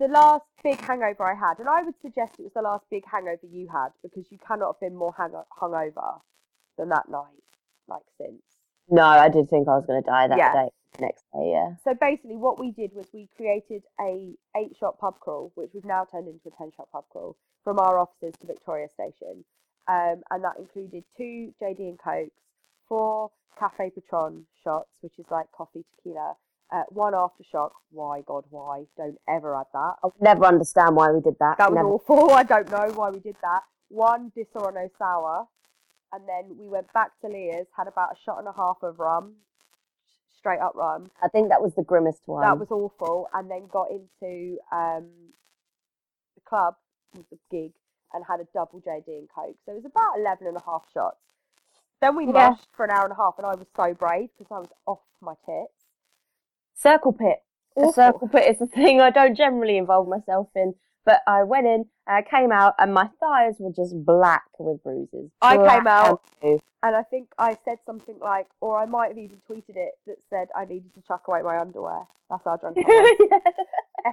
Speaker 2: the last big hangover I had, and I would suggest it was the last big hangover you had because you cannot have been more hang- hungover than that night, like since.
Speaker 15: No, I did think I was going to die that
Speaker 2: Yeah.
Speaker 15: day. Next day, yeah.
Speaker 2: So basically, what we did was we created a eight shot pub crawl, which we've now turned into a ten shot pub crawl from our offices to Victoria Station, um, and that included two JD and Cokes, four Cafe Patron shots, which is like coffee tequila, uh, one aftershock. Why God, why? Don't ever add that. Oh,
Speaker 15: Never understand why we did that.
Speaker 2: That was
Speaker 15: Never.
Speaker 2: awful. I don't know why we did that. One Disaronno sour, and then we went back to Leah's, had about a shot and a half of rum, straight up rum.
Speaker 15: I think that was the grimmest one.
Speaker 2: That was awful. And then got into um, the club, the gig, and had a double JD and Coke. So it was about 11 and a half shots. Then we
Speaker 15: Yeah.
Speaker 2: rushed for an hour and a half, and I was so brave because I was off my tits.
Speaker 15: circle pit.
Speaker 2: Awful.
Speaker 15: A circle pit is a thing I don't generally involve myself in, but I went in and I came out and my thighs were just black with bruises.
Speaker 2: I
Speaker 15: Black
Speaker 2: came out
Speaker 15: and blue.
Speaker 2: And I think I said something like, or I might have even tweeted it that said I needed to chuck away my underwear. That's how drunk I was.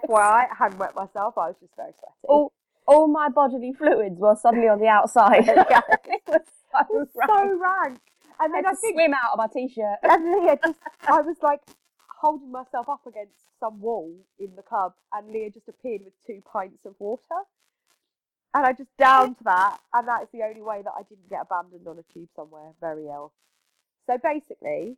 Speaker 2: FYI, I hadn't wet myself. I was just very sweaty.
Speaker 15: all, all my bodily fluids were suddenly on the outside. It was so
Speaker 2: so rank. And
Speaker 15: I
Speaker 2: then
Speaker 15: had
Speaker 2: I
Speaker 15: to
Speaker 2: think
Speaker 15: swim out of my t-shirt.
Speaker 2: and then, yeah, just, I was like holding myself up against some wall in the club, and Leah just appeared with two pints of water. And I just downed that, and that is the only way that I didn't get abandoned on a tube somewhere, very ill. So basically,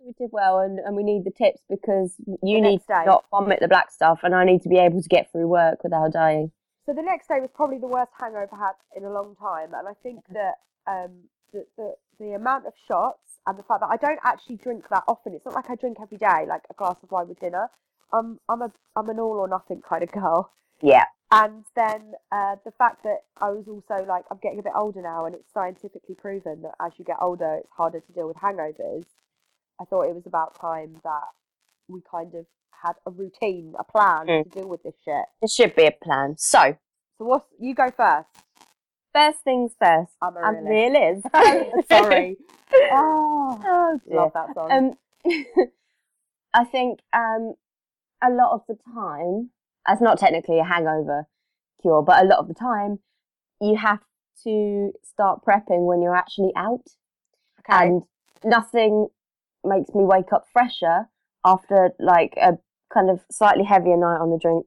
Speaker 15: We did well, and, and we need the tips because you
Speaker 2: The
Speaker 15: need
Speaker 2: next day.
Speaker 15: to not vomit the black stuff, and I need to be able to get through work without dying.
Speaker 2: So the next day was probably the worst hangover I had in a long time, and I think that um, the, the the amount of shots and the fact that I don't actually drink that often. It's not like I drink every day, like a glass of wine with dinner. I'm I'm a I'm an all or nothing kind of girl.
Speaker 15: Yeah.
Speaker 2: And then uh, the fact that I was also like, I'm getting a bit older now, and it's scientifically proven that as you get older, it's harder to deal with hangovers. I thought it was about time that we kind of had a routine, a plan
Speaker 15: Mm.
Speaker 2: to deal with this shit.
Speaker 15: There should be a plan. So,
Speaker 2: So what's you go first?
Speaker 15: first things first.
Speaker 2: I'm a
Speaker 15: I'm
Speaker 2: realist.
Speaker 15: a realist.
Speaker 2: Sorry. Oh,
Speaker 15: Oh, dear.
Speaker 2: love that song.
Speaker 15: Um, I think um, a lot of the time, that's not technically a hangover cure, but a lot of the time, you have to start prepping when you're actually out.
Speaker 2: Okay.
Speaker 15: And nothing makes me wake up fresher after like a kind of slightly heavier night on the drink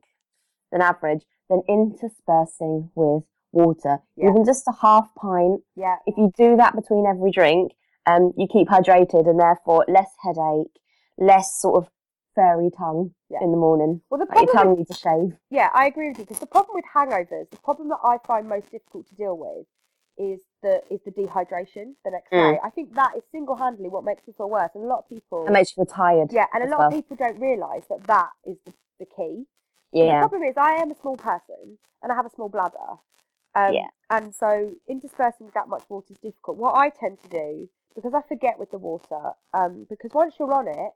Speaker 15: than average than interspersing with water.
Speaker 2: Yeah.
Speaker 15: Even just a half pint
Speaker 2: yeah.
Speaker 15: if you do that between every drink, um, you keep hydrated and therefore less headache, less sort of fairy tongue in the morning.
Speaker 2: Well, the
Speaker 15: Like, your
Speaker 2: problem
Speaker 15: tongue
Speaker 2: with-
Speaker 15: needs a shave.
Speaker 2: Yeah, I agree with you because the problem with hangovers, the problem that I find most difficult to deal with is the is the dehydration the next
Speaker 15: Mm.
Speaker 2: day. I think that is single handedly what makes me feel worse. And a lot of people
Speaker 15: It makes you feel tired.
Speaker 2: Yeah, and a
Speaker 15: as
Speaker 2: lot of
Speaker 15: well.
Speaker 2: people don't realise that that is the, the key.
Speaker 15: Yeah.
Speaker 2: The problem is I am a small person and I have a small bladder. Um,
Speaker 15: Yeah.
Speaker 2: And so interspersing that much water is difficult. What I tend to do, because I forget with the water, um, because once you're on it,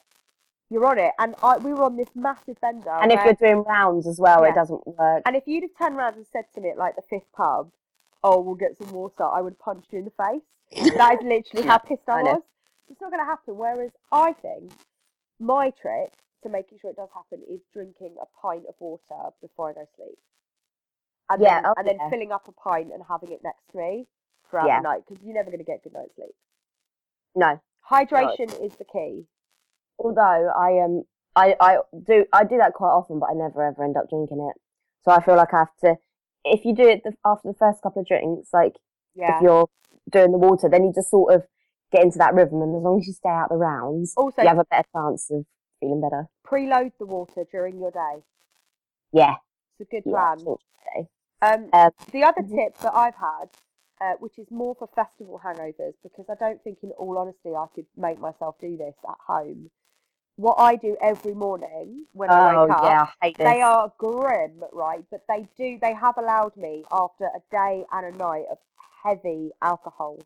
Speaker 2: you're on it. And I, we were on this massive bender.
Speaker 15: And if
Speaker 2: where-
Speaker 15: you're doing rounds as well,
Speaker 2: Oh, Yeah.
Speaker 15: it doesn't work.
Speaker 2: and if you'd have turned around and said to me at like the fifth pub, "Oh, we'll get some water," I would have punched you in the face. that is literally how pissed I,
Speaker 15: I know.
Speaker 2: was. It's not going to happen. Whereas I think my trick to making sure it does happen is drinking a pint of water before I go to sleep, and
Speaker 15: Yeah,
Speaker 2: then,
Speaker 15: oh,
Speaker 2: and then
Speaker 15: yeah.
Speaker 2: filling up a pint and having it next to me throughout
Speaker 15: Yeah.
Speaker 2: the night because you're never going to get good night's sleep.
Speaker 15: No.
Speaker 2: Hydration is the key.
Speaker 15: Although I um I, I do I do that quite often, but I never ever end up drinking it. So I feel like I have to. If you do it the, after the first couple of drinks, like
Speaker 2: Yeah.
Speaker 15: if you're doing the water, then you just sort of get into that rhythm, and as long as you stay out the rounds,
Speaker 2: Also-
Speaker 15: you have a better chance of feeling better.
Speaker 2: Preload the water during your day.
Speaker 15: Yeah.
Speaker 2: It's a good
Speaker 15: Yeah,
Speaker 2: plan.
Speaker 15: sort of day.
Speaker 2: Um,
Speaker 15: Um,
Speaker 2: the other tip that I've had, uh, which is more for festival hangovers, because I don't think, in all honesty, I could make myself do this at home. What I do every morning when I
Speaker 15: Oh,
Speaker 2: wake up,
Speaker 15: yeah, I hate
Speaker 2: they
Speaker 15: this.
Speaker 2: are grim, right? But they do, they have allowed me after a day and a night of heavy alcohol.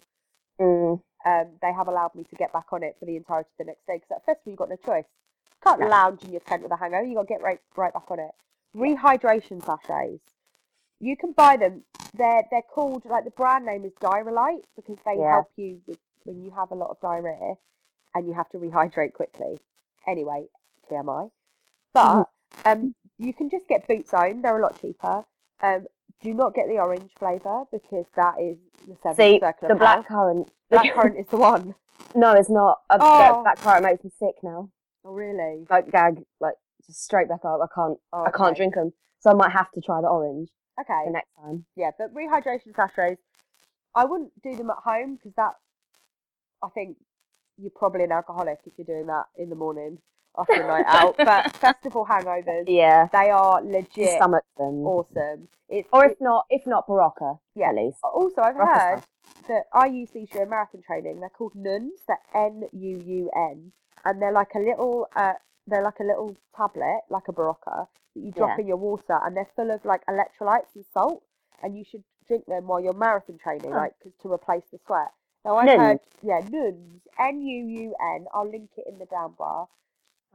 Speaker 15: mm,
Speaker 2: Um, they have allowed me to get back on it for the entirety of the next day because at festival you've got no choice. Can't
Speaker 15: No.
Speaker 2: lounge in your tent with a hangover. You got to get right right back on it. Rehydration sachets. You can buy them. They're they're called like the brand name is Diarrhea because they
Speaker 15: Yeah.
Speaker 2: help you with when you have a lot of diarrhea and you have to rehydrate quickly. Anyway, TMI. But um, you can just get Boot Zone. They're a lot cheaper. Um, do not get the orange flavour because that is the seventh
Speaker 15: see
Speaker 2: circle
Speaker 15: the
Speaker 2: of hell.
Speaker 15: black currant.
Speaker 2: Black currant is the one.
Speaker 15: No, it's not. Uh,
Speaker 2: Oh.
Speaker 15: That black currant makes me sick now.
Speaker 2: Oh really? Oh,
Speaker 15: Like gag, like just straight back up. I can't. I
Speaker 2: okay.
Speaker 15: can't drink them, so I might have to try the orange
Speaker 2: Okay.
Speaker 15: the next time.
Speaker 2: Yeah, but rehydration sachets, I wouldn't do them at home because that, I think you're probably an alcoholic if you're doing that in the morning after a night out. But festival hangovers,
Speaker 15: Yeah.
Speaker 2: they are legit
Speaker 15: Stomach them.
Speaker 2: awesome. It's,
Speaker 15: Or if
Speaker 2: it's-
Speaker 15: not, if not Barocca,
Speaker 2: yeah.
Speaker 15: at least.
Speaker 2: Also, I've
Speaker 15: Barocca's
Speaker 2: heard
Speaker 15: fine.
Speaker 2: that I use these during marathon training. They're called NUNs. They're N U U N, and they're like a little, uh, they're like a little tablet, like a Barocca, that you drop
Speaker 15: Yeah.
Speaker 2: in your water, and they're full of like electrolytes and salt, and you should drink them while you're marathon training,
Speaker 15: Huh.
Speaker 2: like 'cause to replace the sweat. Now I've
Speaker 15: Nuns?
Speaker 2: heard, yeah, NUNs, N U U N. I'll link it in the down bar.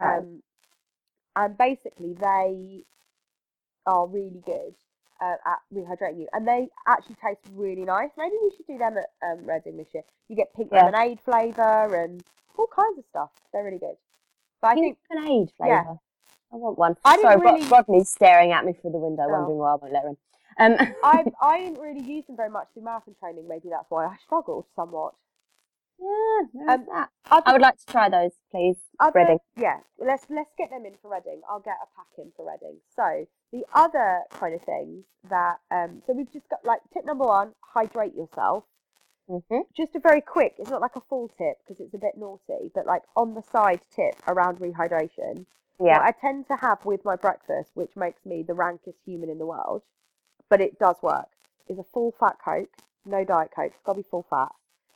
Speaker 15: Right.
Speaker 2: Um, and basically they are really good uh, at rehydrating you, and they actually taste really nice. Maybe we should do them at um, Reading this year. You get pink
Speaker 15: Yeah.
Speaker 2: lemonade flavour and all kinds of stuff. They're really good. But I think
Speaker 15: Pink lemonade
Speaker 2: yeah.
Speaker 15: flavour. I want one.
Speaker 2: I didn't
Speaker 15: Sorry, Ro-
Speaker 2: really-
Speaker 15: Rodney's staring at me through the window,
Speaker 2: Oh.
Speaker 15: wondering why I won't let her in. Um,
Speaker 2: I I didn't really use them very much through marathon training. Maybe that's why I struggled somewhat.
Speaker 15: yeah,
Speaker 2: Um,
Speaker 15: um, that.
Speaker 2: other-
Speaker 15: I would like to try those, please.
Speaker 2: Other-
Speaker 15: Reading.
Speaker 2: Yeah, let's let's get them in for Reading. I'll get a pack in for Reading. So the other kind of things that um, so we've just got like tip number one: hydrate yourself. Just a very quick. It's not like a full tip because it's a bit naughty, but like on the side tip around rehydration.
Speaker 15: Yeah.
Speaker 2: What I tend to have with my breakfast, which makes me the rankest human in the world, but it does work, is a full fat Coke, no Diet Coke. It's got to be full fat.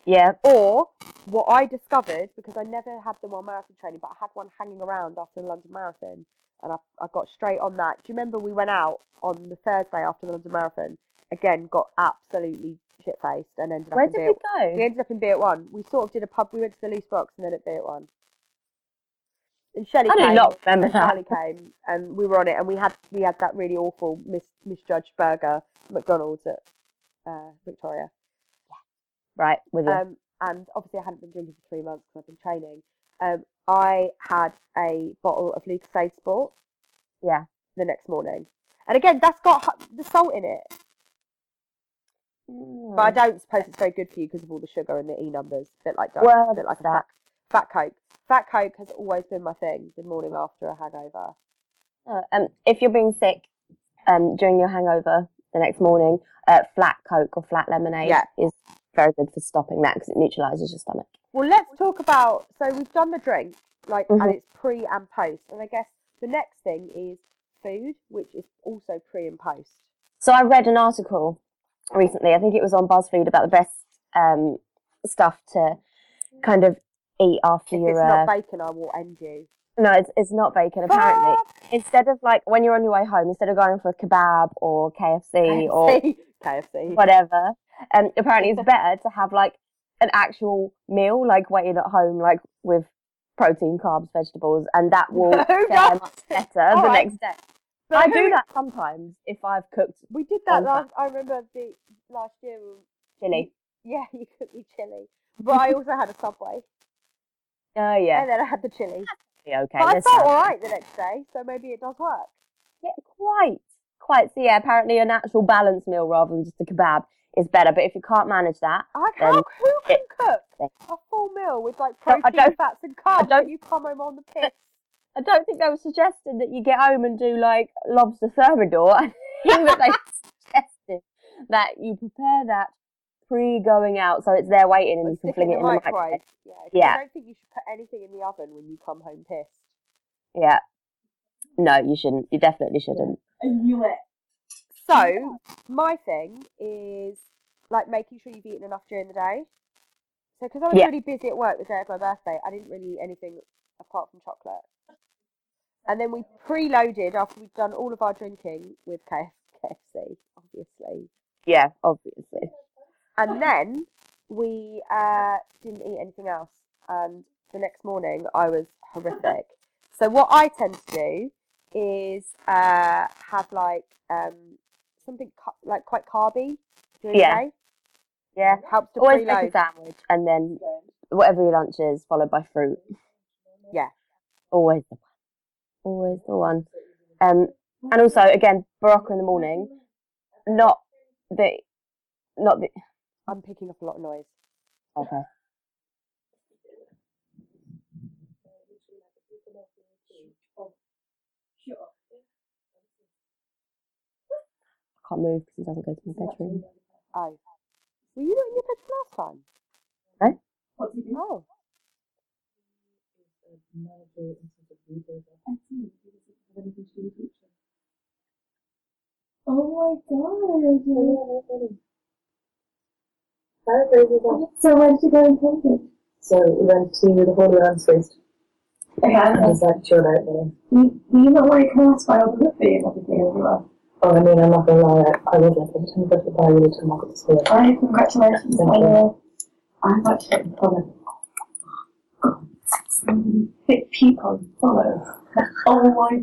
Speaker 15: Yeah.
Speaker 2: Um, Or what I discovered, because I never had them on marathon training, but I had one hanging around after the London Marathon, and I, I got straight on that. Do you remember we went out on the Thursday after the London Marathon? Again, got absolutely shit faced and ended up
Speaker 15: Where
Speaker 2: in
Speaker 15: did
Speaker 2: Beer-
Speaker 15: we go?
Speaker 2: We ended up in Beer at One. We sort of did a pub, we went to the Loose Box and then at Beer at One. And Shelley
Speaker 15: I do
Speaker 2: came,
Speaker 15: not remember that.
Speaker 2: Charlie came, and we were on it, and we had we had that really awful mis, misjudged burger McDonald's at uh, Victoria.
Speaker 15: Right, with you.
Speaker 2: Um, and obviously, I hadn't been drinking for three months because I've been training. Um, I had a bottle of Lucasade Sport
Speaker 15: yeah.
Speaker 2: the next morning, and again, that's got hu- the salt in it, but
Speaker 15: Hmm.
Speaker 2: I don't suppose it's very good for you because of all the sugar and the E numbers. A bit like diet,
Speaker 15: Well,
Speaker 2: a bit like a
Speaker 15: that-
Speaker 2: fat, fat Coke. Fat Coke has always been my thing. The morning after a hangover.
Speaker 15: Uh, um, if you're being sick um, during your hangover the next morning, uh, flat Coke or flat lemonade
Speaker 2: Yeah.
Speaker 15: is very good for stopping that because it neutralises your stomach.
Speaker 2: Well, let's talk about. So we've done the drink, like, and
Speaker 15: Mhm.
Speaker 2: it's pre and post. And I guess the next thing is food, which is also pre and post.
Speaker 15: So I read an article recently, I think it was on BuzzFeed, about the best um, stuff to kind of eat after
Speaker 2: If
Speaker 15: your.
Speaker 2: it's
Speaker 15: uh,
Speaker 2: not bacon, I will end you.
Speaker 15: No, it's, it's not bacon. Apparently,
Speaker 2: Ah.
Speaker 15: instead of like when you're on your way home, instead of going for a kebab or KFC,
Speaker 2: KFC.
Speaker 15: or
Speaker 2: KFC.
Speaker 15: whatever, um, apparently it's better to have like an actual meal, like waiting at home, like with protein, carbs, vegetables, and that will
Speaker 2: No,
Speaker 15: fare
Speaker 2: no.
Speaker 15: much better
Speaker 2: All
Speaker 15: the
Speaker 2: right.
Speaker 15: next day.
Speaker 2: But
Speaker 15: I
Speaker 2: who-
Speaker 15: do that sometimes if I've cooked.
Speaker 2: We did that
Speaker 15: on Sat-
Speaker 2: last. I remember the last year. we-
Speaker 15: Chili.
Speaker 2: Yeah, you cooked me chili, but I also had a Subway,
Speaker 15: Oh yeah.
Speaker 2: and then I had the chili.
Speaker 15: okay.
Speaker 2: but I
Speaker 15: that's
Speaker 2: felt
Speaker 15: fine.
Speaker 2: all right the next day, so maybe it does work.
Speaker 15: Yeah, quite, quite. So yeah, apparently a natural balanced meal rather than just a kebab is better. But if you can't manage that,
Speaker 2: I
Speaker 15: then
Speaker 2: how, who can
Speaker 15: it-
Speaker 2: cook a full meal with like
Speaker 15: Um, No, I
Speaker 2: protein,
Speaker 15: don't-
Speaker 2: fats, and carbs?
Speaker 15: don't-
Speaker 2: and you come home on the piss.
Speaker 15: I don't think they were suggesting that you get home and do like lobster thermidor. I think that they suggested that you prepare that pre going out, so it's there waiting and you can
Speaker 2: Stick
Speaker 15: fling
Speaker 2: in
Speaker 15: it
Speaker 2: the
Speaker 15: in the
Speaker 2: microwave.
Speaker 15: microwave.
Speaker 2: Yeah,
Speaker 15: Yeah.
Speaker 2: I don't think you should put anything in the oven when you come home pissed.
Speaker 15: Yeah. No, you shouldn't. You definitely shouldn't.
Speaker 2: I knew it. So my thing is like making sure you've eaten enough during the day. So because I was
Speaker 15: Yeah.
Speaker 2: really busy at work the day of my birthday, I didn't really eat anything apart from chocolate. And then we preloaded after we'd done all of our drinking with KF- KFC, obviously.
Speaker 15: Yeah, obviously.
Speaker 2: And then we uh, didn't eat anything else. And the next morning, I was horrific. so what I tend to do is uh, have like um, something ca- like quite carby during
Speaker 15: Yeah.
Speaker 2: the day.
Speaker 15: Yeah,
Speaker 2: helps to
Speaker 15: Always make a
Speaker 2: preload.
Speaker 15: sandwich and then whatever your lunch is, followed by fruit.
Speaker 2: Yeah.
Speaker 15: Always the one. Always the one. Um, and also again, Barocca in the morning. Not the, not the.
Speaker 2: I'm picking up a lot of noise.
Speaker 15: Okay. I can't move because it doesn't go to my bedroom.
Speaker 2: Oh. Were you not in your bedroom last time?
Speaker 15: No?
Speaker 2: Oh.
Speaker 16: Oh my god. So where did you go in Cambridge? So we went to the Holy Land Feast. Okay. And I was like, chill out there. You, you not like class by all the food and everything as well? Oh, I mean, I'm not gonna lie, I was like, every time I go to the bar, I really turn off at the school. Alright, congratulations, by the way. I'm actually in public. Fit people follow. oh my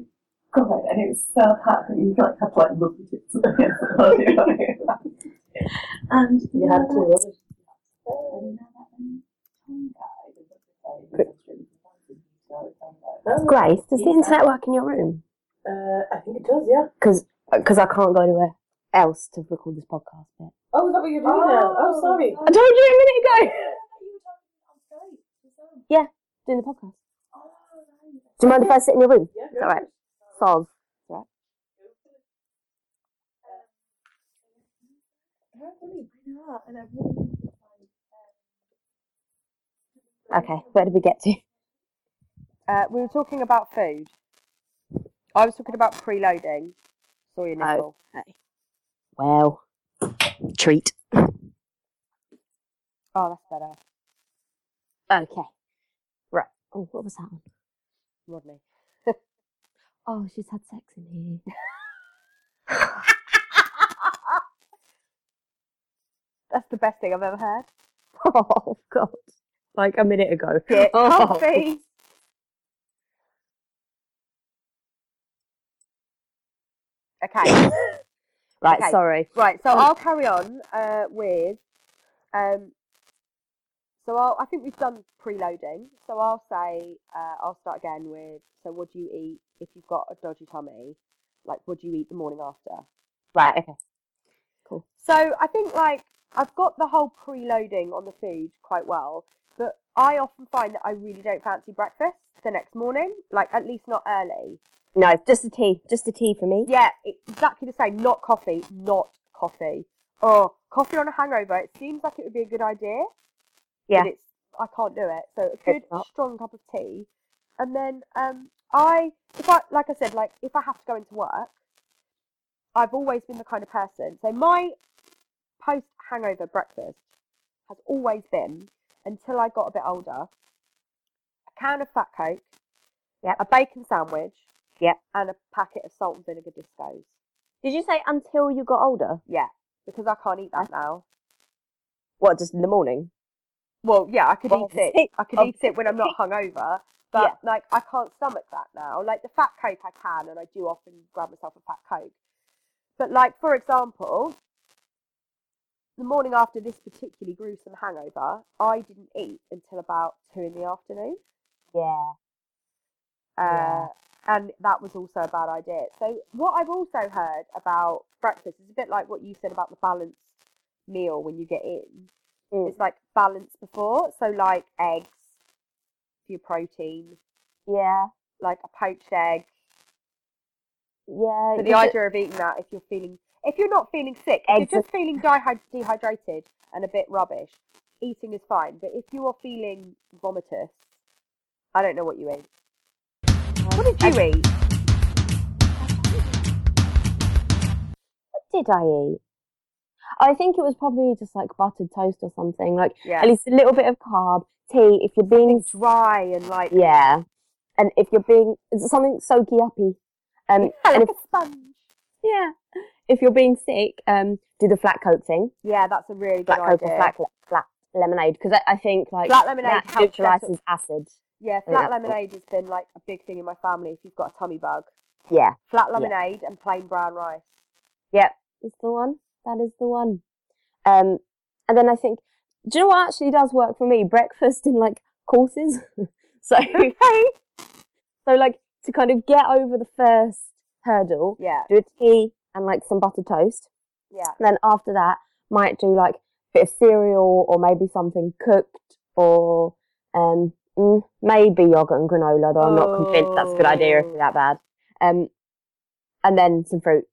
Speaker 16: god, and it's so packed that you like have to like look at it.
Speaker 15: Um,
Speaker 16: and you had to love it.
Speaker 15: Grace, does the internet work in your room?
Speaker 16: Uh, I think it does, yeah.
Speaker 15: Because I can't go anywhere else to record this podcast. Yet.
Speaker 16: Oh, is that what you're doing now? Oh, sorry.
Speaker 15: I told you a minute ago. Yeah, doing the podcast. Do you mind if I sit in your room?
Speaker 16: Yeah,
Speaker 15: It's all right. Solve. It's all right. Okay, where did we get to?
Speaker 2: Uh, we were talking about food. I was talking about preloading. Saw your nipple.
Speaker 15: Well, treat.
Speaker 2: Oh, that's better.
Speaker 15: Okay. Right. Oh, what was that one?
Speaker 2: Rodney.
Speaker 15: Oh, she's had sex in here.
Speaker 2: That's the best thing I've ever heard.
Speaker 15: oh, God. Like a minute ago.
Speaker 2: Get
Speaker 15: oh.
Speaker 2: comfy. Okay.
Speaker 15: Right,
Speaker 2: Okay.
Speaker 15: sorry. Oh.
Speaker 2: Right, so I'll carry on uh, with. Um, so I'll, I think we've done preloading. So I'll say uh, I'll start again with. So what do you eat if you've got a dodgy tummy? Like what do you eat the morning after?
Speaker 15: Right, okay.
Speaker 2: So I think like I've got the whole preloading on the food quite well, but I often find that I really don't fancy breakfast the next morning. Like at least not early.
Speaker 15: No, just a tea. Just a tea for me.
Speaker 2: Yeah, it- exactly the same. Not coffee. Not coffee. Oh, coffee on a hangover. It seems like it would be a good idea.
Speaker 15: Yeah.
Speaker 2: But it's I can't do it. So a good
Speaker 15: not.
Speaker 2: strong cup of tea, and then um I if I like I said like if I have to go into work, I've always been the kind of person. So my post hangover breakfast has always been until I got a bit older. A can of fat coke, a bacon sandwich,
Speaker 15: yeah,
Speaker 2: and a packet of salt and vinegar discos.
Speaker 15: Did you say until you got older?
Speaker 2: Yeah, because I can't eat that now.
Speaker 15: What, just in the morning?
Speaker 2: Well, yeah, I could
Speaker 15: Well,
Speaker 2: eat it.
Speaker 15: obviously-
Speaker 2: I could eat it when I'm not hungover, but like I can't stomach that now. Like the fat coke, I can, and I do often grab myself a fat coke. But like for example, the morning after this particularly gruesome hangover, I didn't eat until about two in the afternoon.
Speaker 15: Yeah.
Speaker 2: Uh, and that was also a bad idea. So what I've also heard about breakfast is a bit like what you said about the balanced meal when you get in. It's like balance before, so like eggs for your protein,
Speaker 15: Yeah.
Speaker 2: like a poached egg.
Speaker 15: Yeah.
Speaker 2: But
Speaker 15: you
Speaker 2: the
Speaker 15: ju-
Speaker 2: idea of eating that, if you're feeling, if you're not feeling sick, if
Speaker 15: Eggs
Speaker 2: you're
Speaker 15: are-
Speaker 2: just feeling dehyd- dehydrated and a bit rubbish, eating is fine. But if you are feeling vomitous, I don't know what you eat. What did you eat?
Speaker 15: What did I eat? I think it was probably just like buttered toast or something. Like
Speaker 2: Yeah.
Speaker 15: at least a little bit of carb, tea. If you're being
Speaker 2: dry and like
Speaker 15: yeah, and if you're being it's something soaky uppy, um, and if,
Speaker 2: sponge.
Speaker 15: Yeah. if you're being sick, um, do the flat coke thing,
Speaker 2: Yeah, that's a really good
Speaker 15: flat coke
Speaker 2: idea.
Speaker 15: or flat flat lemonade, because I, I think like
Speaker 2: Flat lemonade
Speaker 15: that
Speaker 2: helps settle-
Speaker 15: neutralizes acid.
Speaker 2: yeah,
Speaker 15: I think
Speaker 2: flat
Speaker 15: that's what-
Speaker 2: lemonade has been like a big thing in my family. If you've got a tummy bug,
Speaker 15: Yeah.
Speaker 2: flat
Speaker 15: Yeah.
Speaker 2: lemonade and plain brown rice.
Speaker 15: Yep, it's the one. That is the one. Um, and then I think, do you know what actually does work for me? Breakfast in like courses. so, so like to kind of get over the first hurdle,
Speaker 2: yeah.
Speaker 15: do a tea and like some buttered toast.
Speaker 2: Yeah.
Speaker 15: And then after that, might do like a bit of cereal or maybe something cooked or um, mm, maybe yogurt and granola. Though I'm not convinced that's a good idea if
Speaker 2: Oh.
Speaker 15: they're that bad. Um, and then some fruit,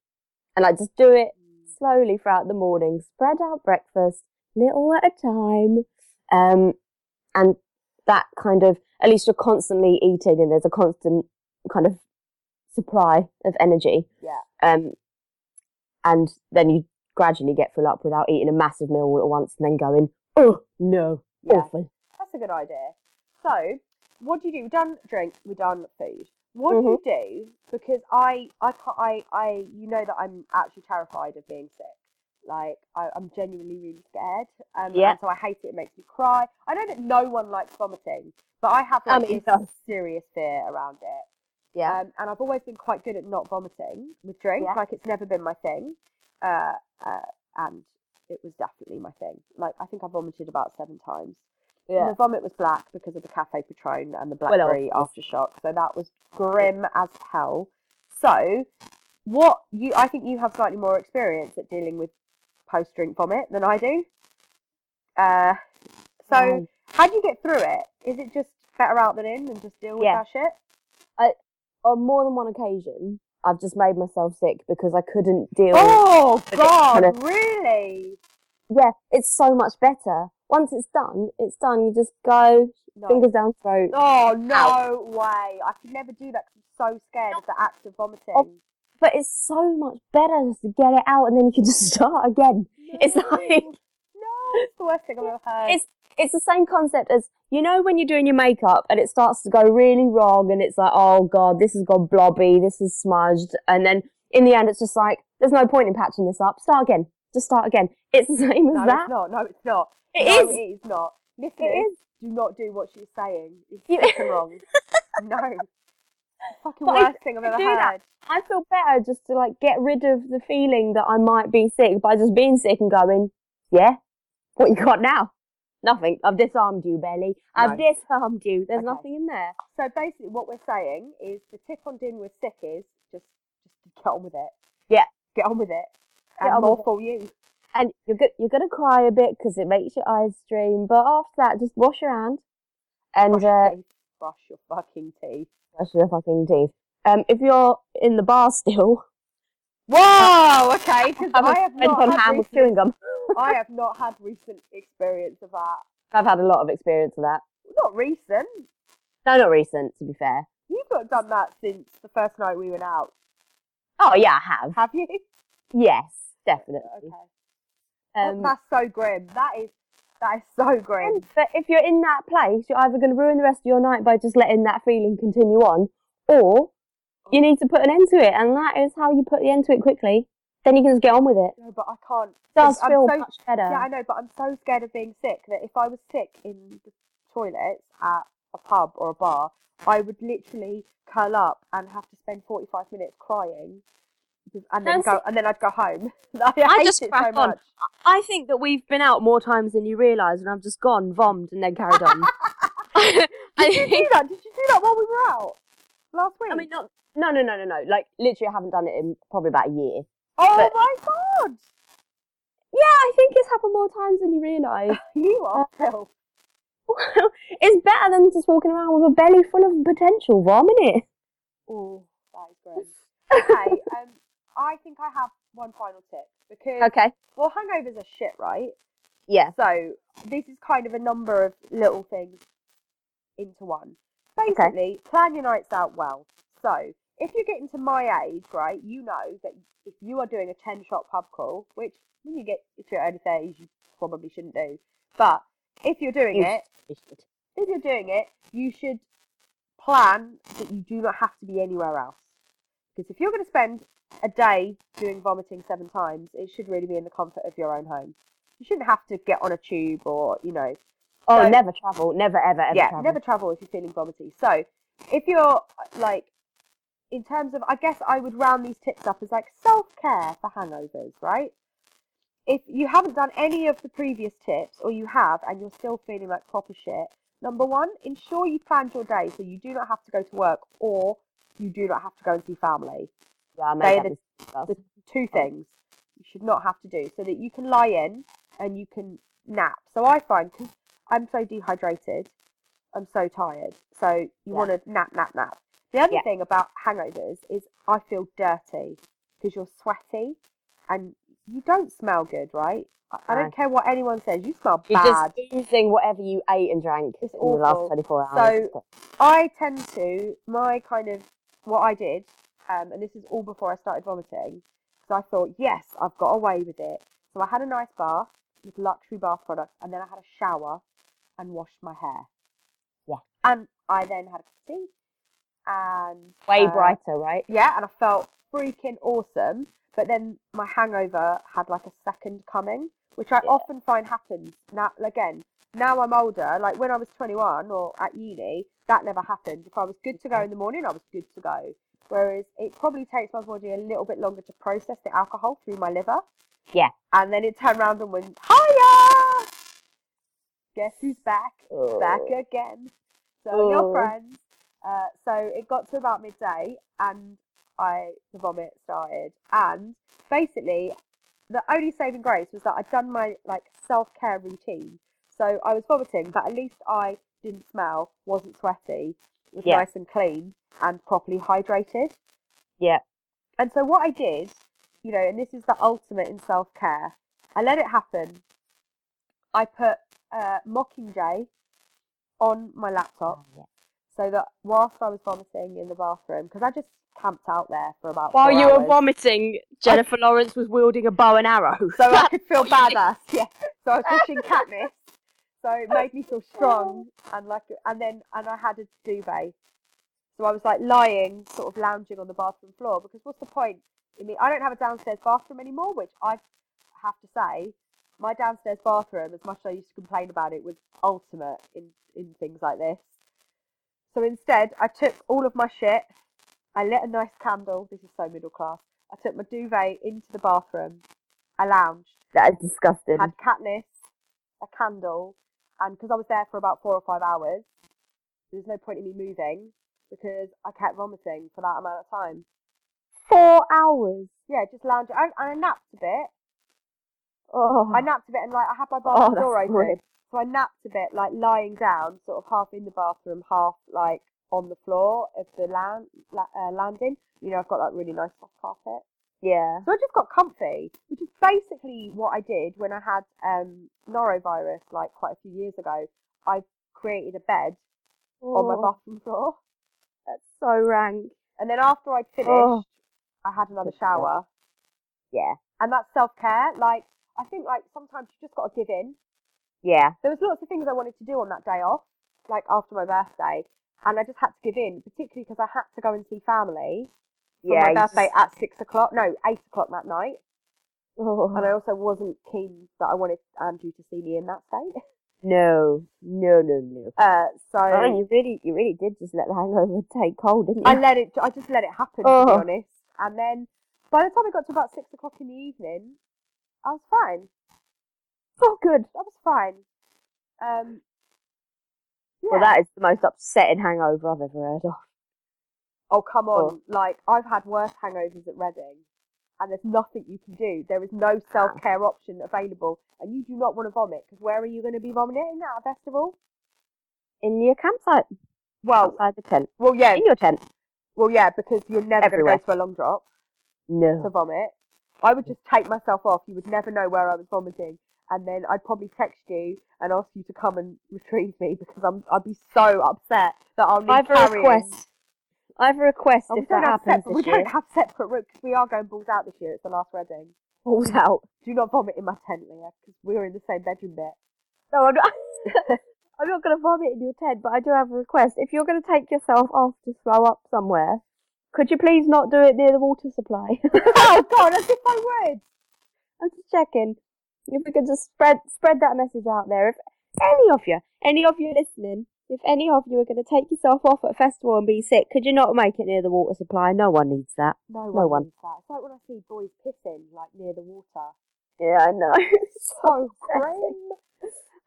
Speaker 15: and I just do it
Speaker 2: Mm.
Speaker 15: slowly throughout the morning. Spread out breakfast, little at a time, um, and that kind of at least you're constantly eating, and there's a constant kind of supply of energy.
Speaker 2: Yeah.
Speaker 15: Um, and then you gradually get full up without eating a massive meal all at once and then going, oh no, awful.
Speaker 2: That's a good idea. So, what do you do? We've done drink, we've done food. What
Speaker 15: Mm-hmm.
Speaker 2: do you do? Because I, I can't, I, I, you know that I'm actually terrified of being sick. Like, I, I'm genuinely really scared. Um,
Speaker 15: Yeah.
Speaker 2: And so I hate it. It makes me cry. I know that no one likes vomiting, but I have
Speaker 15: I
Speaker 2: like,
Speaker 15: mean,
Speaker 2: this serious fear around it.
Speaker 15: Yeah.
Speaker 2: Um, and I've always been quite good at not vomiting with drink.
Speaker 15: Yeah.
Speaker 2: Like, it's never been my thing. Uh, uh, and it was definitely my thing. Like, I think I vomited about seven times. And
Speaker 15: Yeah.
Speaker 2: the vomit was black because of the Cafe Patron and the
Speaker 15: Well,
Speaker 2: Blackberry aftershock. So that was grim as hell. So, what you, I think you have slightly more experience at dealing with post drink vomit than I do. Uh, so,
Speaker 15: Right.
Speaker 2: how do you get through it? Is it just better out than in and just deal with
Speaker 15: Yeah.
Speaker 2: that shit?
Speaker 15: I, on more than one occasion, I've just made myself sick because I couldn't deal
Speaker 2: Oh,
Speaker 15: with it
Speaker 2: God,
Speaker 15: kinda-
Speaker 2: really?
Speaker 15: yeah, it's so much better. Once it's done, it's done. You just go,
Speaker 2: No.
Speaker 15: fingers down throat.
Speaker 2: Oh, no
Speaker 15: out.
Speaker 2: way. I could never do that 'cause I'm so scared of the act of vomiting.
Speaker 15: But it's so much better just to get it out and then you can just start again. It's like
Speaker 2: It's the worst thing I've ever heard.
Speaker 15: it's it's the same concept as you know when you're doing your makeup and it starts to go really wrong and it's like oh god this has gone blobby this is smudged and then in the end it's just like there's no point in patching this up start again just start again it's the same as
Speaker 2: no,
Speaker 15: that
Speaker 2: it's not. No, it's not.
Speaker 15: It
Speaker 2: no,
Speaker 15: is.
Speaker 2: It is not. Listen,
Speaker 15: is.
Speaker 2: do not do what she's saying. It's
Speaker 15: You-
Speaker 2: fucking wrong. no. Fucking
Speaker 15: But I
Speaker 2: worst thing I've ever
Speaker 15: do
Speaker 2: heard.
Speaker 15: that. I feel better just to like get rid of the feeling that I might be sick by just being sick and going yeah what you got now nothing I've disarmed you Belly I've
Speaker 2: No.
Speaker 15: disarmed you there's
Speaker 2: Okay.
Speaker 15: nothing in there
Speaker 2: So basically, what we're saying is the tip on dealing with sick is just just get on with it.
Speaker 15: yeah
Speaker 2: Get on with it.
Speaker 15: Get
Speaker 2: And
Speaker 15: on with
Speaker 2: more
Speaker 15: it.
Speaker 2: for you.
Speaker 15: and you're go- you're gonna cry a bit because it makes your eyes stream. But after that, just wash your hand and uh,
Speaker 2: Brush your fucking teeth.
Speaker 15: brush your fucking teeth. Um, if you're in the bar still,
Speaker 2: Whoa, okay, because
Speaker 15: Have a
Speaker 2: I have
Speaker 15: French
Speaker 2: not
Speaker 15: on
Speaker 2: had
Speaker 15: ham with
Speaker 2: recent,
Speaker 15: chewing gum.
Speaker 2: I have not had recent experience of that.
Speaker 15: I've had a lot of experience of that.
Speaker 2: Not recent.
Speaker 15: No, not recent, to be fair.
Speaker 2: You've not done that since the first night we went out.
Speaker 15: Oh yeah, I have.
Speaker 2: Have you?
Speaker 15: Yes, definitely.
Speaker 2: That-
Speaker 15: Um,
Speaker 2: Oh, that's so grim. That is that is so grim.
Speaker 15: But if you're in that place, you're either going to ruin the rest of your night by just letting that feeling continue on, or you need to put an end to it, and that is how you put the end to it quickly. Then you can just get on with it.
Speaker 2: No, but I can't.
Speaker 15: does
Speaker 2: I'm
Speaker 15: feel
Speaker 2: so,
Speaker 15: much better.
Speaker 2: Yeah, I know, but I'm so scared of being sick that if I was sick in the toilets at a pub or a bar, I would literally curl up and have to spend 45 minutes crying, and then
Speaker 15: Nancy-
Speaker 2: go, and then I'd go home. I,
Speaker 15: I
Speaker 2: hate
Speaker 15: just
Speaker 2: it so
Speaker 15: crack on.
Speaker 2: much.
Speaker 15: I think that we've been out more times than you realise, and I've just gone, vommed, and then carried on. I
Speaker 2: Did you do that? Did you do that while we were out last week?
Speaker 15: I mean, not. No, no, no, no, no. Like, literally, I haven't done it in probably about a year.
Speaker 2: Oh
Speaker 15: But-
Speaker 2: my god!
Speaker 15: Yeah, I think it's happened more times than you realise.
Speaker 2: you are filth.
Speaker 15: it's better than just walking around with a belly full of potential vom, isn't it?
Speaker 2: Oh, that is grim. Okay, um, I think I have one final tip because
Speaker 15: Okay.
Speaker 2: well, hangovers are shit, right?
Speaker 15: Yeah.
Speaker 2: So this is kind of a number of little things into one. Basically, plan your nights out well. So if you're getting to my age, right, you know that if you are doing a ten shot pub crawl, which when you get to your early thirties, you probably shouldn't do, but if you're doing
Speaker 15: You
Speaker 2: it, if you're doing it, you should plan that you do not have to be anywhere else. Because if you're going to spend a day doing vomiting seven times, it should really be in the comfort of your own home. You shouldn't have to get on a tube or, you know.
Speaker 15: Oh,
Speaker 2: So-
Speaker 15: never travel. Never, ever, ever
Speaker 2: yeah,
Speaker 15: travel.
Speaker 2: never travel if you're feeling vomity. So if you're like, in terms of, I guess I would round these tips up as like self care for hangovers, right? If you haven't done any of the previous tips, or you have and you're still feeling like proper shit, number one, ensure you planned your day so you do not have to go to work or you do not have to go and see family.
Speaker 15: Yeah, I made
Speaker 2: they
Speaker 15: that
Speaker 2: are the, the
Speaker 15: mistake
Speaker 2: two
Speaker 15: Oh.
Speaker 2: things you should not have to do so that you can lie in and you can nap. So I find because I'm so dehydrated, I'm so tired. So you want to nap, nap, nap. The other
Speaker 15: Yeah.
Speaker 2: thing about hangovers is I feel dirty because you're sweaty and you don't smell good, right? I, I
Speaker 15: No.
Speaker 2: don't care what anyone says, you smell
Speaker 15: You're
Speaker 2: bad.
Speaker 15: just losing whatever you ate and drank in the last
Speaker 2: awful.
Speaker 15: 24 hours.
Speaker 2: So I tend to my kind of what I did, um, and this is all before I started vomiting, because I thought, yes, I've got away with it. So I had a nice bath with luxury bath products, and then I had a shower and washed my hair,
Speaker 15: yeah.
Speaker 2: and I then had a cup of tea, and
Speaker 15: Way
Speaker 2: uh,
Speaker 15: brighter, right?
Speaker 2: yeah, and I felt freaking awesome. But then my hangover had like a second coming, which I often find happens now. Again, now I'm older. Like when I was 21 or at uni, that never happened. If I was good to go in the morning, I was good to go. Whereas it probably takes my body a little bit longer to process the alcohol through my liver,
Speaker 15: Yeah.
Speaker 2: and then it turned around and went, "Hiya! Guess who's back?
Speaker 15: Oh.
Speaker 2: Back again." So are your
Speaker 15: Oh.
Speaker 2: friends. Uh, so it got to about midday, and I the vomit started. And basically, the only saving grace was that I'd done my like self care routine. So I was vomiting, but at least I didn't smell, wasn't sweaty, was
Speaker 15: Yeah.
Speaker 2: nice and clean, and properly hydrated.
Speaker 15: Yeah.
Speaker 2: And so what I did, you know, and this is the ultimate in self care, I let it happen.
Speaker 15: Oh,
Speaker 2: I put uh, Mockingjay on my laptop. So that whilst I was vomiting in the bathroom, because I just camped out there for about
Speaker 15: While
Speaker 2: four
Speaker 15: you were
Speaker 2: hours.
Speaker 15: vomiting, Jennifer Lawrence was wielding a bow and arrow.
Speaker 2: so I could feel badass. Yeah. So I was watching Katniss. So it made me feel strong and like, and then and I had a duvet. So I was like lying, sort of lounging on the bathroom floor because what's the point? I mean, I don't have a downstairs bathroom anymore, which I have to say, my downstairs bathroom, as much as I used to complain about it, was ultimate in in things like this. So instead, I took all of my shit. I lit a nice candle. This is so middle class. I took my duvet into the bathroom. I lounged.
Speaker 15: That is disgusting.
Speaker 2: Had Katniss, a candle, and because I was there for about four or five hours, there's no point in me moving because I kept vomiting for that amount of time.
Speaker 15: Four hours.
Speaker 2: Yeah, just lounging. I, and I napped a bit.
Speaker 15: Oh.
Speaker 2: I napped a bit and like I had my
Speaker 15: Oh,
Speaker 2: bathroom
Speaker 15: that's
Speaker 2: door open.
Speaker 15: horrid.
Speaker 2: So I napped a bit, like lying down, sort of half in the bathroom, half like on the floor of the land, la- uh, landing. You know, I've got like really nice soft carpet.
Speaker 15: Yeah.
Speaker 2: So I just got comfy, which is basically what I did when I had um, norovirus, like quite a few years ago. I created a bed on my
Speaker 15: Oh.
Speaker 2: bathroom floor.
Speaker 15: That's so rank.
Speaker 2: And then after I'd finished,
Speaker 15: Oh.
Speaker 2: I had another shower.
Speaker 15: Yeah.
Speaker 2: And that's self care. Like, I think like sometimes you just got to give in.
Speaker 15: Yeah.
Speaker 2: There was lots of things I wanted to do on that day off, like after my birthday, and I just had to give in, particularly because I had to go and see family for
Speaker 15: Yeah,
Speaker 2: my
Speaker 15: you
Speaker 2: birthday
Speaker 15: just-
Speaker 2: at six o'clock. No, eight o'clock that night.
Speaker 15: Oh.
Speaker 2: And I also wasn't keen that I wanted Andrew to see me in that state.
Speaker 15: No. No, no, no.
Speaker 2: Uh, so
Speaker 15: Oh, you really, you really did just let the hangover take hold, didn't you?
Speaker 2: I let it. I just let it happen to be
Speaker 15: Oh.
Speaker 2: honest. And then by the time it got to about six o'clock in the evening, I was fine.
Speaker 15: Oh, good.
Speaker 2: I was fine. Um,
Speaker 15: Well, that is the most upsetting hangover I've ever heard of.
Speaker 2: oh come on! Like I've had worse hangovers at Reading, and there's nothing you can do. There is no
Speaker 15: Ah.
Speaker 2: self care option available, and you do not want to vomit because where are you going to be vomiting at a festival?
Speaker 15: In your campsite.
Speaker 2: Well,
Speaker 15: outside the tent.
Speaker 2: Well, yeah.
Speaker 15: In your tent.
Speaker 2: Well, yeah, because you're never going to
Speaker 15: Everywhere.
Speaker 2: go to a long drop to
Speaker 15: No.
Speaker 2: vomit. I would just take myself off. You would never know where I was vomiting, and then I'd probably text you and ask you to come and retrieve me because I'm I'd be so upset that I'll need
Speaker 15: I have a
Speaker 2: carrying.
Speaker 15: request. I have a request
Speaker 2: Oh, we
Speaker 15: if
Speaker 2: don't
Speaker 15: that
Speaker 2: have
Speaker 15: happens
Speaker 2: separate,
Speaker 15: this
Speaker 2: we
Speaker 15: year.
Speaker 2: don't have separate rooms 'cause we are going balls out this year. It's the last Reading.
Speaker 15: Balls out.
Speaker 2: Do not vomit in my tent, Leah, because we were in the same bedroom bit.
Speaker 15: No, I'm not. I'm not going to vomit in your tent, but I do have a request. If you're going to take yourself off to throw up somewhere, could you please not do it near the water supply?
Speaker 2: oh God, as if I would.
Speaker 15: I'm just checking. If we could just spread spread that message out there. If any of you, any of you listening, if any of you are going to take yourself off at a festival and be sick, could you not make it near the water supply? No one needs that.
Speaker 2: No one,
Speaker 15: No one.
Speaker 2: needs that. It's like when I see boys pissing like near the water.
Speaker 15: Yeah, I know.
Speaker 2: so grim.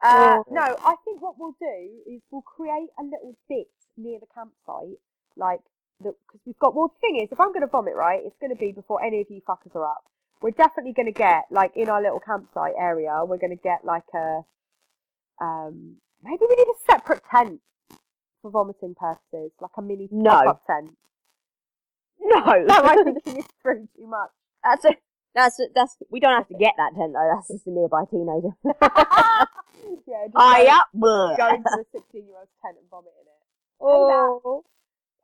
Speaker 2: Uh,
Speaker 15: Oh.
Speaker 2: no, I think what we'll do is we'll create a little bit near the campsite, like because we've got. Well, the thing is, if I'm going to vomit, right, it's going to be before any of you fuckers are up. We're definitely going to get like in our little campsite area. We're going to get like a um maybe we need a separate tent for vomiting purposes, like a mini
Speaker 15: No.
Speaker 2: pop-up tent.
Speaker 15: No,
Speaker 2: no, I'm thinking it's through too much.
Speaker 15: That's it. That's it. That's we don't have to get that tent though. That's just a nearby teenager.
Speaker 2: Yeah, just
Speaker 15: Aye,
Speaker 2: go-
Speaker 15: up, Oh, bleh.
Speaker 2: Go into the 16 year old's tent and vomit in it.
Speaker 15: oh,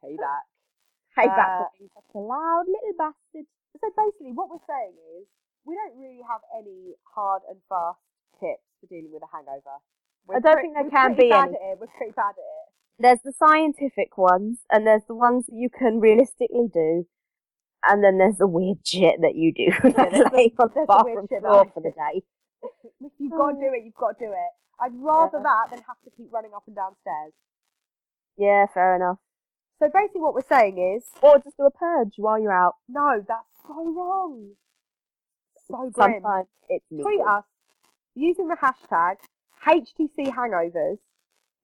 Speaker 2: Payback.
Speaker 15: hey, back
Speaker 2: Uh,
Speaker 15: for being such a loud little bastard.
Speaker 2: So basically, what we're saying is we don't really have any hard and fast tips for dealing with a hangover. We're
Speaker 15: I don't
Speaker 2: pre-
Speaker 15: think there
Speaker 2: we're
Speaker 15: can
Speaker 2: pretty
Speaker 15: be
Speaker 2: bad
Speaker 15: any.
Speaker 2: At it. We're pretty bad at it.
Speaker 15: There's the scientific ones, and there's the ones that you can realistically do, and then there's the weird shit that you do
Speaker 2: there's
Speaker 15: laying on
Speaker 2: there's the weird
Speaker 15: the bathroom
Speaker 2: shit that
Speaker 15: floor
Speaker 2: I
Speaker 15: for the day.
Speaker 2: If you've got to do it, you've got to do it. I'd rather
Speaker 15: Oh. Yeah.
Speaker 2: that than have to keep running up and downstairs.
Speaker 15: Yeah, fair enough.
Speaker 2: So basically, what we're saying is
Speaker 15: Or just do a purge while you're out.
Speaker 2: no, that's so wrong. So grim.
Speaker 15: Sometimes it's needed.
Speaker 2: Tweet us using the hashtag HTC Hangovers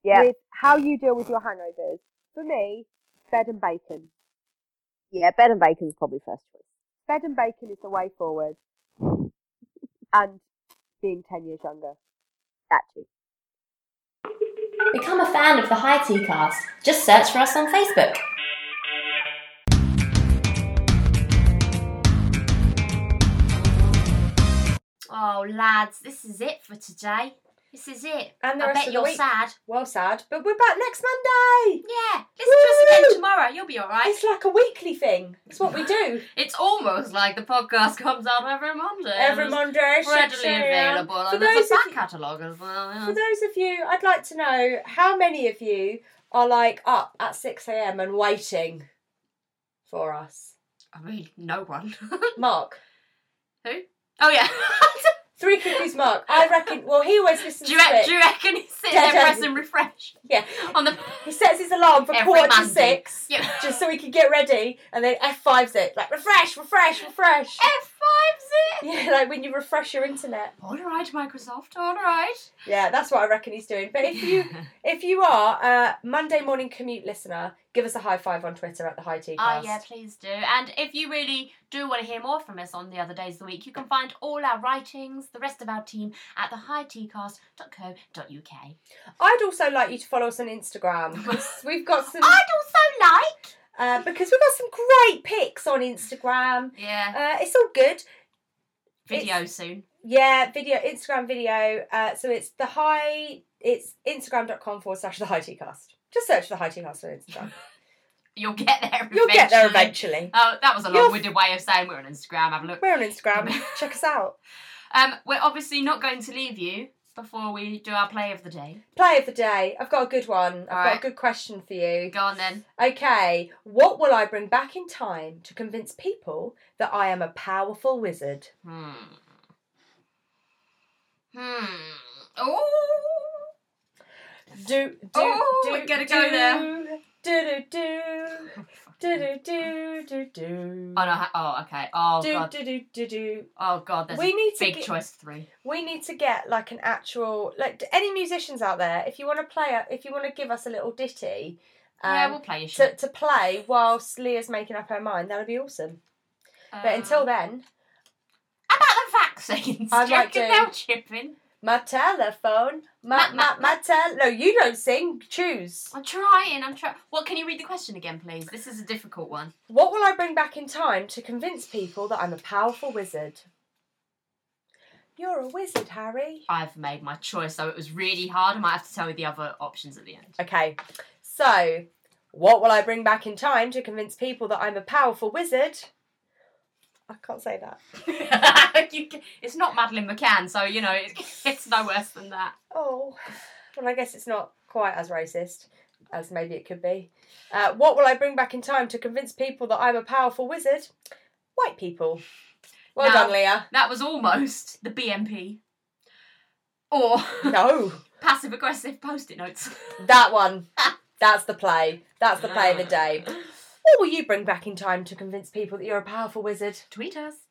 Speaker 15: Yeah.
Speaker 2: with how you deal with your hangovers. For me, bed and bacon.
Speaker 15: Yeah, bed and bacon's probably first choice.
Speaker 2: bed and bacon is the way forward. And being 10 years younger.
Speaker 15: That too.
Speaker 17: Become a fan of the High Tea Cast. Just search for us on Facebook.
Speaker 4: Oh, lads, this is it for today. This is it.
Speaker 3: And the
Speaker 4: I
Speaker 3: rest of
Speaker 4: bet
Speaker 3: the
Speaker 4: you're
Speaker 3: week-
Speaker 4: sad.
Speaker 3: Well, sad, but we're back next Monday.
Speaker 4: Yeah, listen to us again tomorrow. You'll be all right.
Speaker 3: It's like a weekly thing. It's what we do.
Speaker 4: it's almost like the podcast comes out every Monday.
Speaker 3: Every
Speaker 4: It's
Speaker 3: Monday,
Speaker 4: readily
Speaker 3: 6 a.m..
Speaker 4: available.
Speaker 3: For
Speaker 4: and there's
Speaker 3: those
Speaker 4: a
Speaker 3: of
Speaker 4: back
Speaker 3: you-
Speaker 4: catalogue as well. yeah.
Speaker 3: For those of you, I'd like to know how many of you are like up at 6 a.m. and waiting for us?
Speaker 4: I mean, no one.
Speaker 3: Mark.
Speaker 4: Who? Oh, yeah.
Speaker 3: Three cookies, Mark. I reckon, well, he always listens
Speaker 4: Do you,
Speaker 3: to
Speaker 4: re-
Speaker 3: it.
Speaker 4: do you reckon he sits
Speaker 3: Yeah,
Speaker 4: there
Speaker 3: yeah.
Speaker 4: pressing refresh?
Speaker 3: Yeah.
Speaker 4: On the
Speaker 3: He sets his alarm for
Speaker 4: Every
Speaker 3: quarter to
Speaker 4: Monday.
Speaker 3: six just so he can get ready and then F5s it. Like, refresh, refresh, refresh.
Speaker 4: F5s
Speaker 3: it? Yeah, like when you refresh your internet.
Speaker 4: All right, Microsoft, all right.
Speaker 3: Yeah, that's what I reckon he's doing. But if you if you are a Monday morning commute listener, give us a high five on Twitter at the High Tea
Speaker 4: Oh,
Speaker 3: Cast.
Speaker 4: yeah, please do. And if you really do want to hear more from us on the other days of the week, you can find all our writings, the rest of our team, at thehightcast.co.uk.
Speaker 3: I'd also like you to follow us on Instagram. 'cause we've got some.
Speaker 4: I'd also like.
Speaker 3: Uh, because we've got some great pics on Instagram.
Speaker 4: Yeah.
Speaker 3: Uh, it's all good.
Speaker 4: Video
Speaker 3: It's-
Speaker 4: soon.
Speaker 3: Yeah, video, Instagram video. Uh, so it's the high. It's instagram.com forward slash the high tea cast. Just search the high tea cast on Instagram.
Speaker 4: You'll get there eventually.
Speaker 3: You'll get there eventually.
Speaker 4: Oh, that was a
Speaker 3: You'll-
Speaker 4: long winded way of saying we're on Instagram. Have a look.
Speaker 3: We're on Instagram. Check us out.
Speaker 4: Um, we're obviously not going to leave you before we do our play of the day.
Speaker 3: Play of the day. I've got a good one. I've got
Speaker 4: Alright.
Speaker 3: a good question for you.
Speaker 4: Go on then.
Speaker 3: Okay, what will I bring back in time to convince people that I am a powerful wizard?
Speaker 4: Hmm. Hmm. Oh.
Speaker 3: Do do
Speaker 4: Oh,
Speaker 3: do
Speaker 4: we're gonna
Speaker 3: do,
Speaker 4: go there.
Speaker 3: Do do do do do do do do.
Speaker 4: Oh no. ha- Oh okay. Oh
Speaker 3: do,
Speaker 4: god.
Speaker 3: do do do do.
Speaker 4: Oh god. There's
Speaker 3: We
Speaker 4: a
Speaker 3: need to
Speaker 4: big
Speaker 3: get-
Speaker 4: choice three.
Speaker 3: We need to get like an actual like d- any musicians out there. If you want to play, a- if you want to give us a little ditty, um,
Speaker 4: Yeah, we'll play your
Speaker 3: to,
Speaker 4: shit.
Speaker 3: to play whilst Leah's making up her mind. That'd be awesome. but until then,
Speaker 4: Um, vaccines.
Speaker 3: I
Speaker 4: I
Speaker 3: might
Speaker 4: like
Speaker 3: do.
Speaker 4: now chipping.
Speaker 3: my telephone, my my my tel. No, you don't sing. Choose.
Speaker 4: I'm trying. I'm trying. What? Can you read the question again, please? This is a difficult one.
Speaker 3: What will I bring back in time to convince people that I'm a powerful wizard? You're a wizard, Harry.
Speaker 4: I've made my choice, so it was really hard. I might have to tell you the other options at the end.
Speaker 3: Okay, so what will I bring back in time to convince people that I'm a powerful wizard? I can't say that.
Speaker 4: you can, it's not Madeline McCann, so you know it, it's no worse than that.
Speaker 3: Oh, well, I guess it's not quite as racist as maybe it could be. Uh, what will I bring back in time to convince people that I'm a powerful wizard? White people. Well
Speaker 4: Now,
Speaker 3: done, Leah.
Speaker 4: That was almost the BMP. Or
Speaker 3: no
Speaker 4: passive aggressive post-it notes.
Speaker 3: That one. That's the play. That's the play of the day. What will you bring back in time to convince people that you're a powerful wizard?
Speaker 4: Tweet us.